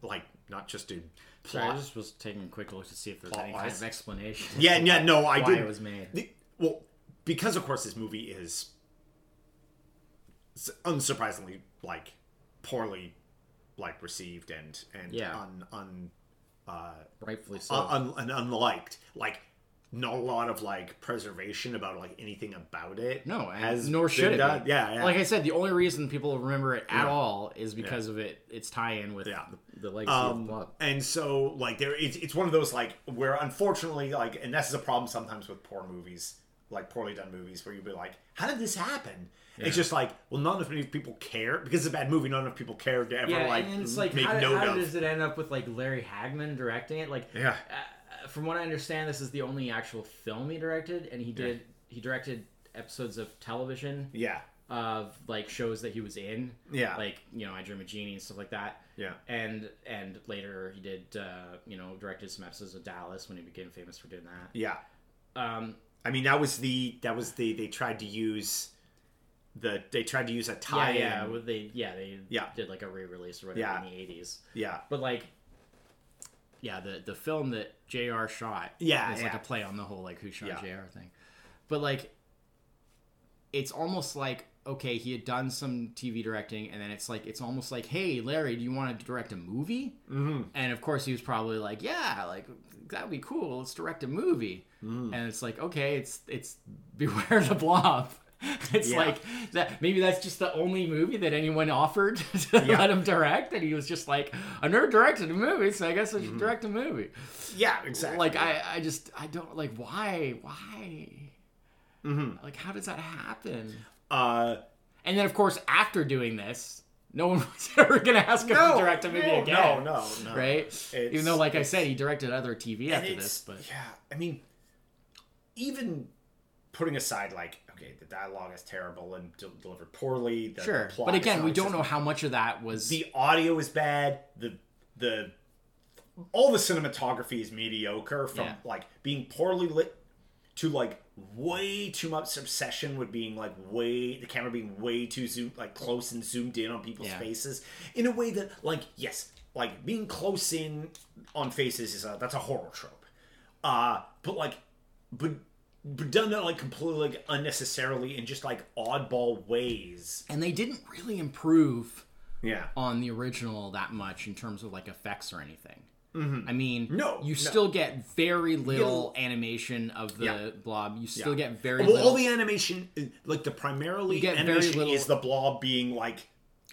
A: like not just in
B: Sorry, I
A: plot.
B: just was taking a quick look to see if there's
A: Plot
B: any kind
A: wise.
B: of explanation.
A: Yeah, yeah, no, I
B: why
A: did.
B: it was made.
A: The- well, because of course this movie is s- unsurprisingly like poorly like received and and
B: Yeah.
A: un un
B: Rightfully so.
A: Uh, un, un, and unliked. Like, not a lot of like preservation about like anything about it.
B: no, and
A: has
B: nor
A: been
B: should it.
A: done.
B: Be.
A: Yeah, yeah.
B: Like I said, the only reason people remember it at all is because of it its tie-in with
A: Yeah.
B: the, the legacy of the plot.
A: Um, and so like there, it's it's one of those like where unfortunately like, and this is a problem sometimes with poor movies, like poorly done movies, where you'll be like, how did this happen? It's just like, well, not enough people care because it's a bad movie. Not enough people care to ever like, make note of.
B: it end up with like Larry Hagman directing it? Like,
A: yeah,
B: uh, from what I understand, this is the only actual film he directed, and he did he directed episodes of television
A: yeah,
B: of like shows that he was in,
A: yeah,
B: like you know I Dream a Genie and stuff like that.
A: yeah.
B: and and later he did uh, you know directed some episodes of Dallas when he became famous for doing that.
A: Yeah.
B: Um,
A: I mean, that was the that was the they tried to use the they tried to use a
B: yeah,
A: tie in.
B: yeah, with they yeah they
A: Yeah.
B: did like a re-release or whatever
A: Yeah.
B: in the eighties.
A: yeah.
B: But like, yeah, the the film that Jr. shot
A: Yeah,
B: is like
A: yeah.
B: a play on the whole like who shot
A: Yeah.
B: Jr. thing. But like, it's almost like okay, he had done some TV directing, and then it's like it's almost like, hey, Larry, do you want to direct a movie? Mm-hmm. And of course, he was probably like, yeah, like that would be cool. Let's direct a movie.
A: Mm-hmm.
B: And it's like, okay, it's it's Beware the Blob. It's
A: Yeah.
B: like that. Maybe that's just the only movie that anyone offered to
A: Yeah.
B: let him direct, and he was just like, "I never directed a movie, so I guess I should direct a movie."
A: Yeah, Mm-hmm. exactly.
B: Like I, I just, I don't like why, why, like how does that happen?
A: Mm-hmm. uh,
B: And then, of course, after doing this, no one was ever going to ask him
A: no,
B: to direct a movie
A: no,
B: again.
A: No, no, no.
B: Right? Even though, like I said, he directed other TV
A: And
B: after
A: it's-
B: this, but
A: yeah, I mean, even putting aside like, okay, the dialogue is terrible and de- delivered poorly. The, the
B: sure.
A: plot
B: But
A: is
B: again, we don't
A: non-existent.
B: know how much of that was.
A: The audio is bad. The the all the cinematography is mediocre. From
B: Yeah.
A: like being poorly lit to like way too much obsession with being like way the camera being way too zoomed like close and zoomed in on people's
B: Yeah.
A: faces in a way that like yes like being close in on faces is a that's a horror trope uh but like but but done that like completely like unnecessarily in just like oddball ways
B: and they didn't really improve
A: yeah
B: on the original that much in terms of like effects or anything. I mean,
A: Mm-hmm. No,
B: you
A: no.
B: still get very little animation of the
A: Yeah.
B: blob. You still
A: Yeah.
B: get very
A: well,
B: little.
A: all the animation, uh, like the primarily
B: You get very
A: animation
B: little-
A: is the blob being like,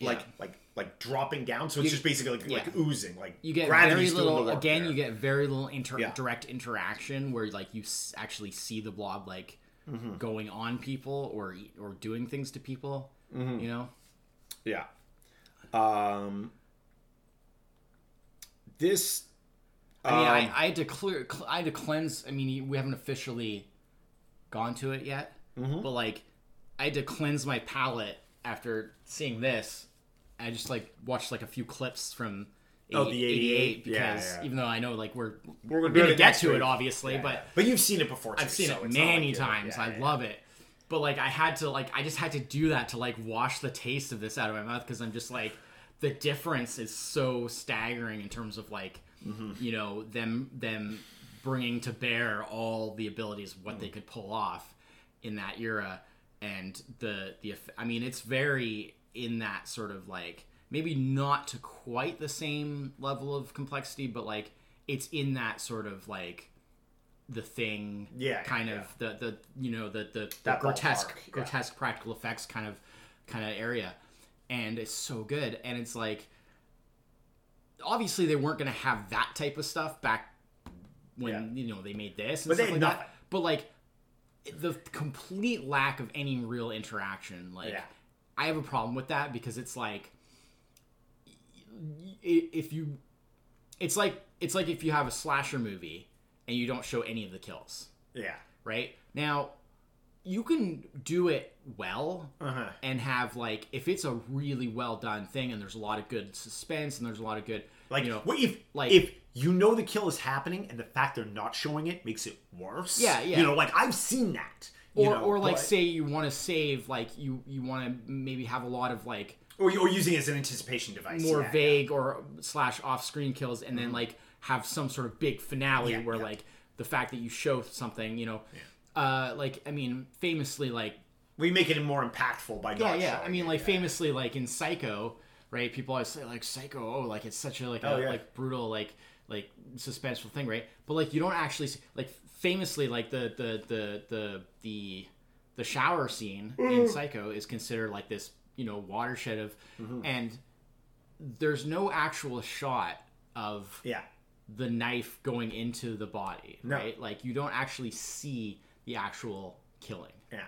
A: like,
B: Yeah.
A: like, like dropping down. So it's just basically like, like
B: yeah.
A: oozing. Like
B: you get very
A: gravity's doing the
B: little
A: work
B: again
A: there.
B: you get very little inter-
A: Yeah.
B: direct interaction where like you s- actually see the blob like
A: Mm-hmm.
B: going on people or e, or doing things to people
A: Mm-hmm.
B: you know
A: yeah. Um, this.
B: i
A: um,
B: mean I, I had to clear cl- i had to cleanse i mean we haven't officially gone to it yet
A: Mm-hmm.
B: but like i had to cleanse my palate after seeing this i just like watched like a few clips from
A: Oh,
B: 88,
A: the 88,
B: because
A: yeah, yeah.
B: even though i know like we're
A: we're gonna,
B: we're gonna get
A: next
B: to
A: week.
B: it obviously but
A: But you've seen it before. Too,
B: I've seen
A: so
B: it
A: it's not like
B: many
A: you're-
B: times.
A: yeah,
B: I
A: yeah,
B: love it. But like I had to like I just had to do that to like wash the taste of this out of my mouth because I'm just like the difference is so staggering in terms of like
A: Mm-hmm.
B: you know them them bringing to bear all the abilities of what
A: Mm.
B: they could pull off in that era and the the eff- I mean it's very in that sort of like maybe not to quite the same level of complexity but like it's in that sort of like the thing
A: Yeah,
B: kind
A: yeah,
B: of the the you know the the, the
A: That
B: grotesque
A: ballpark, yeah.
B: grotesque practical effects kind of kind of area and it's so good and it's like obviously they weren't going to have that type of stuff back when you know they made this and
A: But they
B: stuff
A: had
B: like
A: nothing.
B: that but like the complete lack of any real interaction like
A: Yeah.
B: i have a problem with that because it's like i- if you it's like it's like if you have a slasher movie and you don't show any of the kills
A: Yeah.
B: right now you can do it well
A: Uh huh.
B: and have like if it's a really well done thing and there's a lot of good suspense and there's a lot of good
A: Like
B: you know
A: what if like
B: like-
A: if you know the kill is happening and the fact they're not showing it makes it worse.
B: Yeah, yeah.
A: You know, like I've seen that. you
B: or,
A: know,
B: or like
A: but-
B: say you want to save like you you want to maybe have a lot of like
A: or, or using it as an anticipation device.
B: more
A: yeah, yeah.
B: vague or slash off screen kills and then like have some sort of big finale
A: Yeah,
B: where
A: yeah.
B: like the fact that you show something you know uh like i mean famously like
A: We make it more impactful by
B: yeah
A: not
B: yeah i
A: showing
B: mean
A: it,
B: like
A: yeah.
B: famously like in psycho right people always say like psycho oh like it's such a like a
A: yeah.
B: like brutal like like suspenseful thing right but like you don't actually see, like famously like the the the the the the shower scene in
A: Mm-hmm.
B: psycho is considered like this you know watershed of
A: Mm-hmm.
B: and there's no actual shot of
A: yeah,
B: the knife going into the body
A: No.
B: right like you don't actually see the actual killing
A: yeah.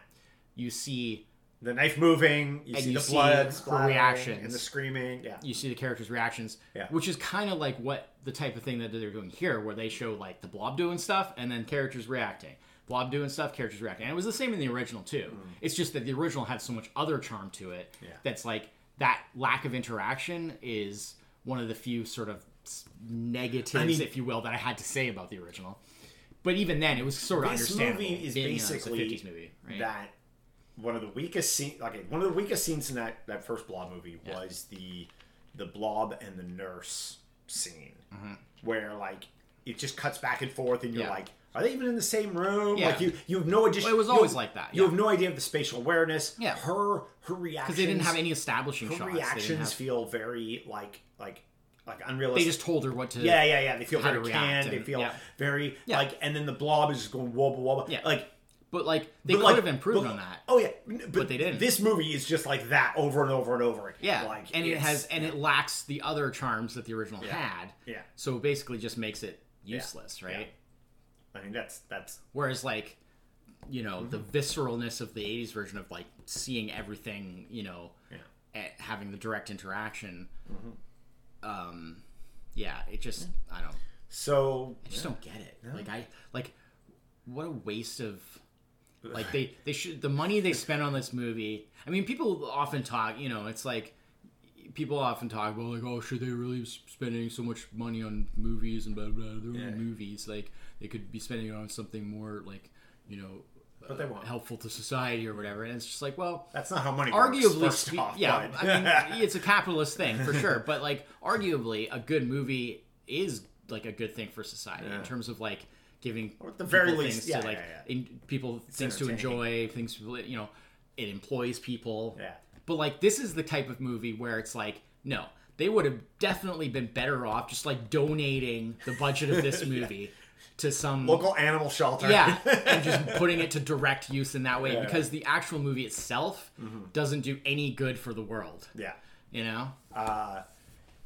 B: you see
A: The knife moving, you
B: And
A: see
B: you
A: the
B: see her
A: blood, splattering
B: reactions.
A: and the screaming. Yeah,
B: you see the characters' reactions,
A: Yeah.
B: which is kind of like what the type of thing that they're doing here, where they show like the blob doing stuff and then characters reacting, blob doing stuff, characters reacting. And it was the same in the original too. It's just that the original had so much other charm to it
A: Mm. Yeah.
B: that's like that lack of interaction is one of the few sort of s- negatives,
A: mean-
B: if you will, that I had to say about the original. But even then, it was sort of
A: this
B: understandable.
A: movie is
B: being, you know,
A: basically
B: it's a 50s movie, right?
A: that one of the weakest scene. Like one of the weakest scenes in that that first Blob movie was the the Blob and the nurse scene, where like it just cuts back and forth, and you're
B: Mm-hmm. Yeah.
A: like, Are they even in the same room?
B: Yeah.
A: Like you, you have no addition.
B: Well, it was
A: you
B: always
A: have-
B: like that,
A: You
B: yeah.
A: have no idea of the spatial awareness.
B: Yeah.
A: her her reactions.
B: because they didn't have any establishing
A: her
B: shots. They didn't
A: reactions
B: have-
A: feel very like like like
B: They
A: unrealistic.
B: just told her what to.
A: yeah, yeah, yeah. They feel
B: how to
A: very
B: react
A: canned. They
B: and-
A: feel
B: yeah.
A: very
B: Yeah.
A: like, and then the blob is just going wobble wobble.
B: Yeah.
A: like
B: But like they
A: but
B: could
A: like-
B: have improved
A: but-
B: on that.
A: Oh yeah, N- but,
B: they didn't.
A: This movie is just like that over and over and over again.
B: Yeah,
A: like
B: and it
A: it's-
B: has and it lacks the other charms that the original had.
A: Yeah.
B: So it basically, just makes it useless, right?
A: I mean, that's that's
B: Whereas like, you know,
A: Mm-hmm.
B: the visceralness of the '80s version of like seeing everything, you know,
A: yeah.
B: and having the direct interaction.
A: Mm-hmm.
B: Um, yeah, it just I don't
A: So
B: I just don't get it. Like I like what a waste of like they they should the money they spent on this movie. I mean, people often talk. You know, it's like people often talk about like, oh, should they really be spending so much money on movies and blah blah? blah They're only movies. Like they could be spending it on something more like you know.
A: But they
B: uh,
A: won't.
B: helpful to society or whatever, and it's just like, well,
A: that's not how money
B: arguably,
A: works, first
B: spe-
A: off,
B: yeah,
A: but-
B: I mean, it's a capitalist thing for sure. But like, arguably, a good movie is like a good thing for society in terms of like giving
A: at the very
B: people
A: least,
B: things
A: yeah,
B: to like
A: yeah,
B: In, people things to enjoy, things to, you know, it employs people.
A: Yeah.
B: But like, this is the type of movie where it's like, no, they would have definitely been better off just like donating the budget of this movie. To some
A: local animal shelter.
B: yeah, and just putting it to direct use in that way because the actual movie itself
A: Mm-hmm.
B: doesn't do any good for the world.
A: yeah.
B: You know?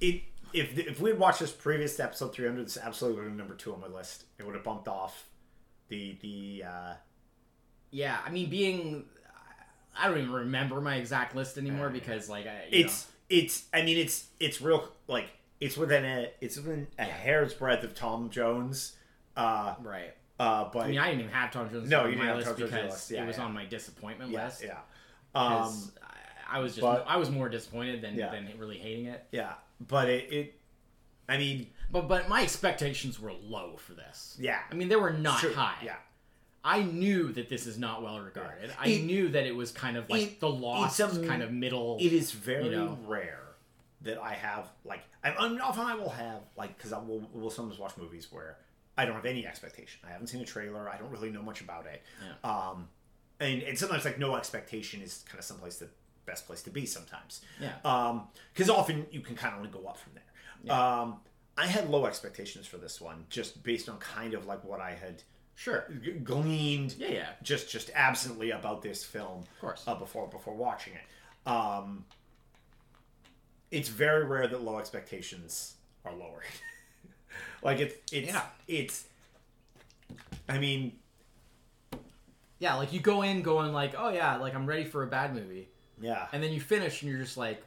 A: It if if we had watched this previous to episode three hundred, this absolutely would have been number two on my list. It would have bumped off the the uh,
B: Yeah, I mean, being I don't even remember my exact list anymore because like I you
A: it's it's I mean it's it's real like it's within a it's within a hair's breadth of Tom Jones. Uh,
B: know, right.
A: uh, but
B: I mean, I didn't even have Tom Jones
A: No,
B: on
A: you
B: my
A: didn't have
B: list
A: Tom Jones on your
B: because
A: list. Yeah,
B: it was
A: yeah.
B: on my disappointment
A: yeah,
B: list.
A: yeah,
B: 'cause
A: um,
B: I, I was just
A: but-
B: I was more disappointed than
A: Yeah.
B: than really hating it.
A: yeah. But it, it, I mean,
B: But but my expectations were low for this.
A: Yeah.
B: I mean, they were not
A: sure,
B: high.
A: yeah.
B: I knew that this is not well regarded. I
A: It-
B: knew that it was kind of like
A: it-
B: the lost
A: it's a-
B: kind of middle.
A: It is very
B: you know.
A: rare that I have like I, I mean, often I will have like because I will will sometimes watch movies where I don't have any expectation. I haven't seen a trailer. I don't really know much about it. Um, and and sometimes like no expectation is kind of someplace the best place to be sometimes.
B: Yeah.
A: Um, because often you can kind of only go up from there. Um, I had low expectations for this one just based on kind of like what I had
B: sure.
A: g- gleaned
B: Yeah, yeah.
A: just just absently about this film of
B: course.
A: uh, before before watching it um it's very rare that low expectations are lowered like it's it's
B: Yeah.
A: it's i mean
B: Yeah, like you go in going like, oh yeah, like I'm ready for a bad movie,
A: yeah
B: and then you finish and you're just like,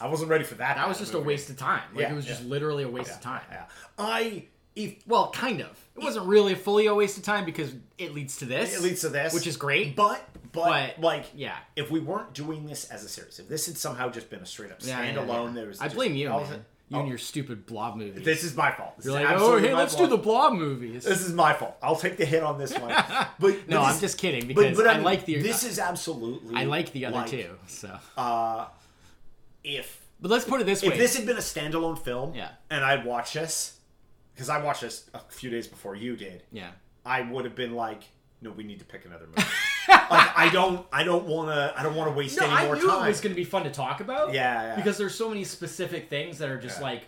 A: i wasn't ready for that
B: that was just a waste of time. Like
A: Yeah,
B: it was just literally a waste of time.
A: yeah i if
B: Well, kind of. It wasn't really fully a waste of time because it leads to this.
A: it leads to this
B: which is great. But
A: but but,
B: But,
A: like
B: yeah,
A: if we weren't doing this as a series if this had somehow just been a straight up
B: Yeah, yeah,
A: standalone
B: yeah.
A: there was
B: I
A: just-
B: blame you,
A: all of
B: man.
A: it-
B: You
A: oh,
B: and your stupid blob movies.
A: this is my fault This
B: you're
A: is
B: like, oh
A: absolutely
B: hey,
A: my
B: let's
A: fault.
B: do the blob movies.
A: This is my fault. I'll take the hit on this one. But but
B: no,
A: this-
B: I'm just kidding because I
A: mean,
B: like the
A: This is absolutely.
B: I like the other two. So,
A: If
B: but let's put it this
A: if
B: way:
A: this had been a standalone film,
B: Yeah.
A: and I'd watch this because I watched this a few days before you did,
B: Yeah.
A: I would have been like, no, we need to pick another movie. like, I don't, I don't want to, I don't want to waste
B: No,
A: any
B: I
A: more
B: knew
A: time.
B: it was going to be fun to talk about.
A: Yeah, yeah.
B: Because there's so many specific things that are just
A: Yeah.
B: like,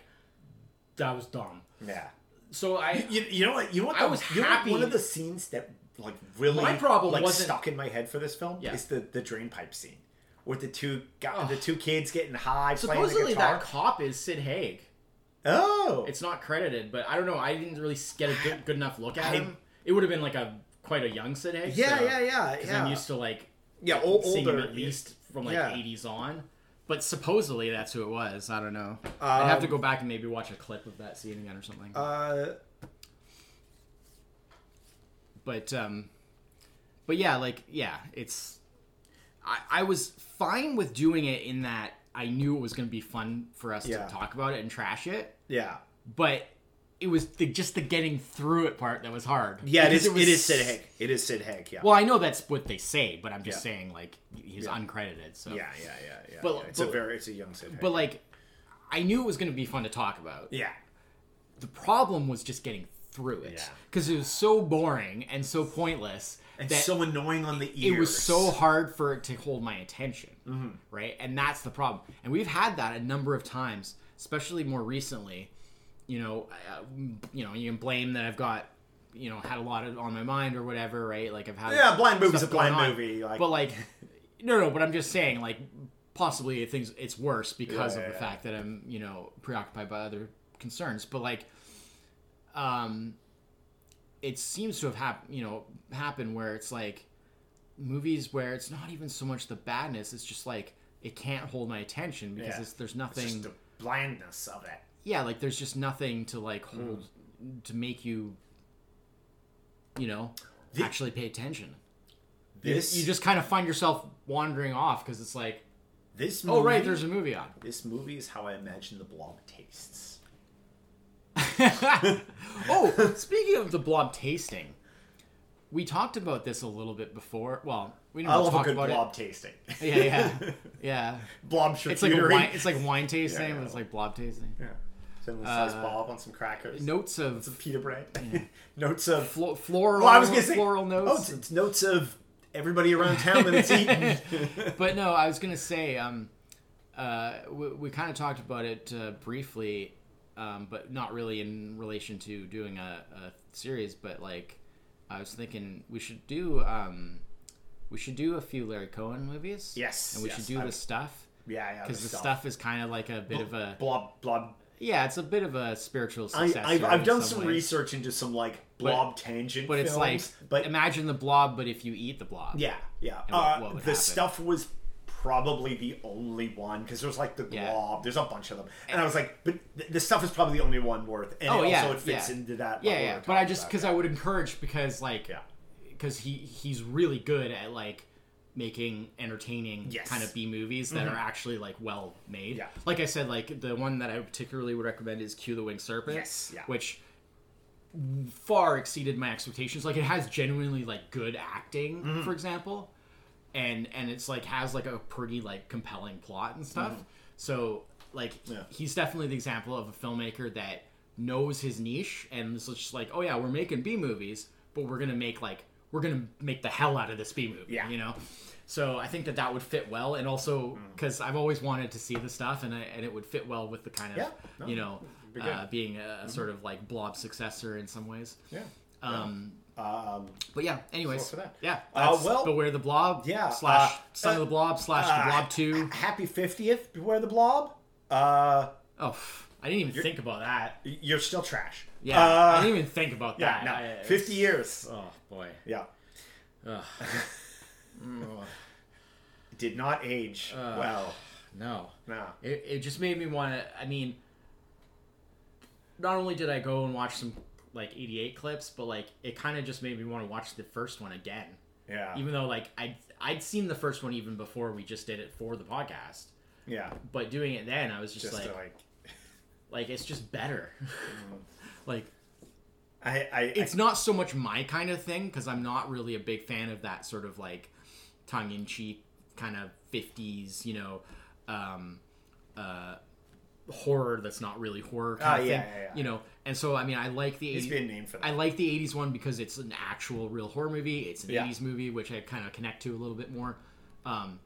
B: that was dumb.
A: yeah.
B: So I,
A: You, you know what? You know what?
B: I
A: the-
B: was
A: you know what
B: happy-
A: one of the scenes that like really
B: My problem
A: like
B: wasn't-
A: stuck in my head for this film
B: Yeah.
A: is the the drain pipe scene with the two got the two kids getting high playing
B: supposedly
A: the guitar.
B: that cop is Sid Haig.
A: oh,
B: It's not credited, but I don't know. I didn't really get a good, good enough look at
A: I-
B: him. It would have been like a quite a young Sid Haig.
A: yeah,
B: so-
A: yeah, yeah,
B: 'cause
A: yeah.
B: I'm used to like
A: yeah, old,
B: seeing him
A: older
B: at least from like
A: yeah.
B: 80s on. But supposedly that's who it was. I don't know. I'd have to
A: Um,
B: go back and maybe watch a clip of that scene again or something.
A: Uh,
B: but um but yeah like yeah it's i i was fine with doing it in that i knew it was going to be fun for us
A: Yeah.
B: to talk about it and trash it
A: yeah,
B: but it was the just the getting through it part that was hard
A: yeah. It
B: Because
A: is. It,
B: was-
A: it is Sid Haig. It is Sid Haig. Yeah.
B: well i know that's what they say but i'm just
A: Yeah.
B: saying like he's
A: Yeah.
B: uncredited so
A: yeah, yeah, yeah, yeah.
B: But-
A: yeah. It's a
B: but-
A: very, it's a young Sid Haig.
B: but like i knew it was going to be fun to talk about
A: yeah,
B: the problem was just getting through it
A: Yeah.
B: because it was so boring and so pointless
A: and
B: that
A: so annoying on the ears.
B: it was so hard for it to hold my attention
A: Mm-hmm.
B: right and that's the problem and we've had that a number of times especially more recently you know uh, you know you can blame that i've got you know had a lot of, on my mind or whatever right like i've had
A: Yeah, blind movie's
B: stuff
A: a blind
B: going on.
A: movie, like-
B: but like no no but i'm just saying like possibly it thinks it's worse because
A: Yeah,
B: of the
A: yeah,
B: fact that i'm you know preoccupied by other concerns but like um it seems to have happened you know happened where it's like movies where it's not even so much the badness it's just like it can't hold my attention because
A: Yeah.
B: it's, there's nothing
A: Just the blandness of it.
B: yeah like there's just nothing to like
A: Hmm.
B: hold to make you you know
A: The-
B: actually pay attention You-
A: This
B: you, just kind of find yourself wandering off because it's like
A: this movie,
B: oh right there's a movie on
A: this movie is how I imagine the blob tastes.
B: oh speaking of the blob tasting we talked about this a little bit before well we didn't
A: I
B: really
A: love a
B: talk
A: good
B: about
A: blob tasting.
B: it yeah yeah yeah
A: blob charcuterie.
B: it's like a wine, it's like wine tasting
A: Yeah, yeah.
B: but it's like blob tasting
A: yeah. Cinnamon
B: Uh,
A: sliced blob on some crackers.
B: notes of
A: Some pita bread. notes of
B: flo- floral
A: Well, I was gonna say
B: floral
A: Oh, it's,
B: notes
A: it's notes of everybody around town that's eaten.
B: but no i was gonna say um uh we, we kind of talked about it uh, briefly um but not really in relation to doing a, a series but like i was thinking we should do um we should do a few larry cohen movies
A: Yes,
B: and we
A: yes,
B: should do
A: I-
B: the stuff
A: Yeah, yeah.
B: because the stuff is kind of like a bit of a
A: blob blob.
B: yeah it's a bit of a spiritual
A: I,
B: success
A: I've,
B: story
A: I've
B: in
A: done some
B: ways.
A: research into some like blob tangent,
B: but it's
A: films,
B: like
A: but
B: imagine the blob but if you eat the blob
A: yeah, yeah.
B: what-
A: Uh,
B: what would
A: the
B: happen.
A: stuff was probably the only one because there's like the
B: Yeah.
A: glob. There's a bunch of them, and I was like, but th- the stuff is probably the only one worth. And
B: Oh,
A: also
B: yeah,
A: it fits
B: yeah.
A: into that.
B: yeah
A: what we
B: yeah
A: were
B: but i
A: talking
B: just
A: about.
B: because i would encourage because like
A: yeah,
B: because he he's really good at like making entertaining
A: Yes. Mm-hmm.
B: kind of B movies that are actually like well made.
A: Yeah.
B: Like I said, like the one that I particularly would recommend is Cue the Winged Serpent.
A: Yes, yeah.
B: Which far exceeded my expectations. Like it has genuinely like good acting,
A: Mm-hmm.
B: for example. And and it's like has like a pretty like compelling plot and stuff. So like
A: Mm-hmm. Yeah.
B: he's definitely the example of a filmmaker that knows his niche and is just like, oh yeah, we're making B movies, but we're gonna make like we're gonna make the hell out of this B movie.
A: Yeah.
B: You know. So I think that that would fit well, and also
A: Mm.
B: because I've always wanted to see the stuff, and I, and it would fit well with the kind of
A: Yeah, no,
B: you know
A: be good. Mm-hmm.
B: uh, being a sort of like blob successor in some ways.
A: yeah.
B: Um,
A: Um,
B: but yeah, anyways,
A: for that.
B: yeah.
A: Uh,
B: that's
A: well-
B: beware the blob.
A: Yeah,
B: Slash
A: uh,
B: son of the blob slash
A: uh,
B: the blob two.
A: happy fiftieth. Beware the blob. Uh,
B: Oh, pff, I didn't even think about that.
A: y- you're still trash.
B: Yeah,
A: Uh,
B: I didn't even think about
A: yeah.
B: that.
A: no,
B: I- it's-
A: fifty years.
B: Oh boy.
A: Yeah.
B: Ugh. Mm,
A: Did not age well.
B: no.
A: No.
B: It, it just made me want to. I mean, not only did I go and watch some like 88 clips, but like it kind of just made me want to watch the first one again.
A: Yeah.
B: Even though like I'd, I'd seen the first one even before we just did it for the podcast,
A: yeah.
B: but doing it then, I was just,
A: Just
B: like,
A: to,
B: like,
A: like,
B: it's just better.
A: Mm.
B: like,
A: I, I,
B: it's not so much my kind of thing because I'm not really a big fan of that sort of like tongue in cheek kind of 50s, you know, um, uh, horror that's not really horror kind
A: Ah,
B: of
A: yeah,
B: thing,
A: yeah, yeah.
B: you know. And so, I mean, I like the
A: I, it's
B: 80s.
A: been a name for that.
B: I like the 80s one because it's an actual real horror movie. It's an
A: Yeah.
B: 80s movie, which I kind of connect to a little bit more. Um,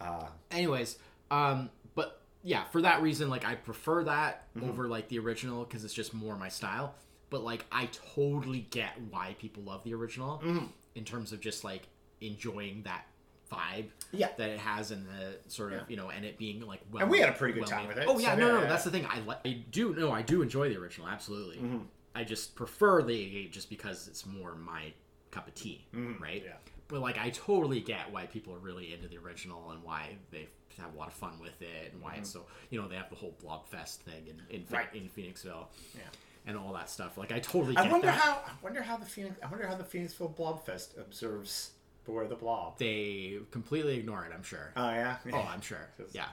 A: Uh.
B: anyways, um, but yeah, for that reason, like I prefer that
A: Mm-hmm.
B: over like the original because it's just more my style. But like, I totally get why people love the original
A: Mm-hmm.
B: in terms of just like enjoying that vibe
A: Yeah.
B: that it has in the sort of you know and it being like well
A: we had a pretty good time
B: made.
A: with it,
B: oh yeah
A: so
B: no
A: yeah,
B: no
A: yeah,
B: that's the thing i like i do no i do enjoy the original absolutely
A: Mm-hmm.
B: i just prefer the 88 just because it's more my cup of tea right
A: Mm-hmm. yeah.
B: but like i totally get why people are really into the original and why they have a lot of fun with it and why it's so you know they have the whole blob fest thing in in,
A: Mm-hmm.
B: Phoe-
A: Right.
B: in phoenixville
A: Yeah.
B: and all that stuff like i totally get
A: I wonder
B: that
A: how. I wonder how the Phoenix. I wonder how the Phoenixville Blobfest observes Beware the Blob.
B: they completely ignore it i'm sure
A: Oh yeah.
B: oh i'm sure yeah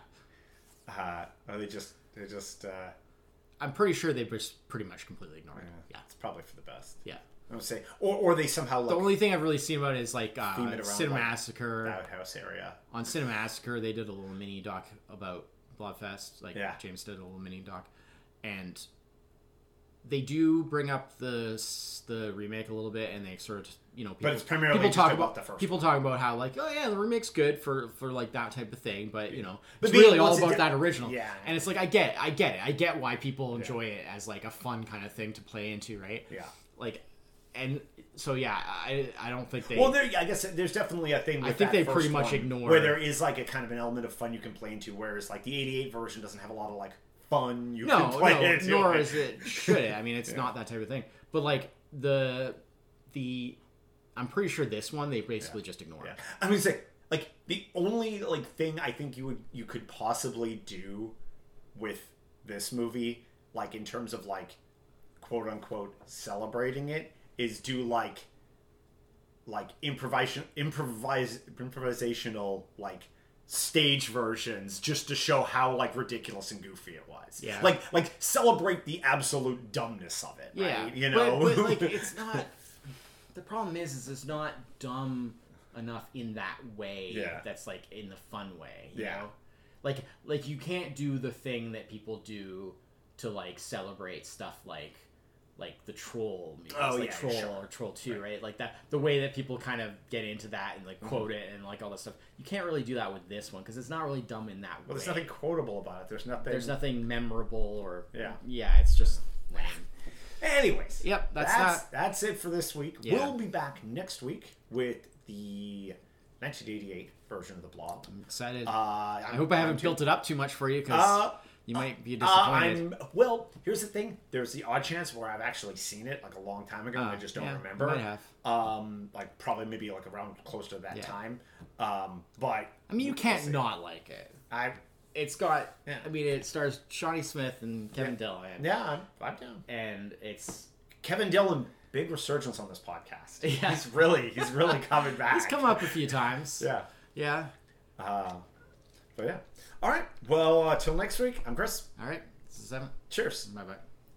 A: Uh, or they just. They just. Uh,
B: i'm pretty sure they just pretty much completely ignore it yeah
A: It's probably for the best.
B: yeah
A: I would say, or or they somehow
B: The
A: like
B: only thing I've really seen about it is like uh,
A: Theme it around, like,
B: Cinemassacre.
A: that house area.
B: On Cinemassacre, they did a little mini doc about Bloodfest. Like
A: Yeah.
B: James did a little mini doc, and they do bring up the s- the remake a little bit, and they sort of you know, people,
A: it's primarily
B: people
A: just
B: talk
A: about
B: about
A: the first
B: People talk about how like, oh yeah, the remake's good for for like that type of thing, but you know,
A: But
B: it's
A: being-
B: really all
A: once it
B: about
A: get-
B: that original.
A: Yeah.
B: and it's like I get, it, I get it, I get why people enjoy it as like a fun kind of thing to play into, right?
A: Yeah.
B: like, and so yeah, I I don't think they.
A: Well, there. I guess there's definitely a thing. With that
B: think they
A: first
B: pretty much
A: one,
B: ignore-
A: where there is like a kind of an element of fun you can play into, whereas like the '88 version doesn't have a lot of like fun you can
B: no,
A: play
B: no,
A: into.
B: nor is it should it. I mean, it's not that type of thing. But like the the, I'm pretty sure this one they basically just ignore.
A: Yeah. I mean, say like the only like thing I think you would you could possibly do with this movie, like in terms of like quote unquote celebrating it, is do like like improvisation improvise improvisational like stage versions just to show how like ridiculous and goofy it was
B: Yeah.
A: like like celebrate the absolute dumbness of it
B: Yeah,
A: right? you
B: but-
A: know
B: but, like it's not. The problem is, is it's not dumb enough in that way.
A: Yeah.
B: that's like in the fun way. You
A: Yeah.
B: know? like like you can't do the thing that people do to like celebrate stuff like like the troll movies,
A: Oh,
B: like
A: yeah,
B: troll
A: sure.
B: or troll 2 right. like that the way that people kind of get into that and like quote
A: Mm-hmm.
B: it and like all that stuff you can't really do that with this one because it's not really dumb in that
A: well,
B: way
A: there's nothing quotable about it there's nothing
B: there's nothing memorable or
A: Yeah.
B: yeah it's just lame.
A: Anyways,
B: Yep, that's
A: that's,
B: that.
A: that's it for this week.
B: Yeah.
A: We'll be back next week with the 1988 version of the Blob.
B: excited
A: Uh,
B: I hope I haven't built it up too much for you because
A: Uh,
B: you might be
A: Uh,
B: disappointed.
A: I'm well. Here's the thing: there's the odd chance where I've actually seen it like a long time ago, and I
B: Oh,
A: just don't
B: yeah, you
A: remember.
B: might have.
A: Um, like probably maybe like around close to that
B: Yeah.
A: time. Um, but
B: I mean, you can't
A: see.
B: not like it.
A: I
B: It's got.
A: Yeah.
B: I mean, it stars Shawnee Smith and Kevin Dillon,
A: yeah, I'm, I'm down.
B: and it's
A: Kevin Dillon, big resurgence on this podcast.
B: Yeah.
A: He's really, he's really coming back.
B: it's come up a few times.
A: Yeah.
B: Yeah.
A: Uh, but yeah. All right. Well, uh, till next week, I'm Chris.
B: All right. This is seven.
A: Cheers.
B: Bye bye.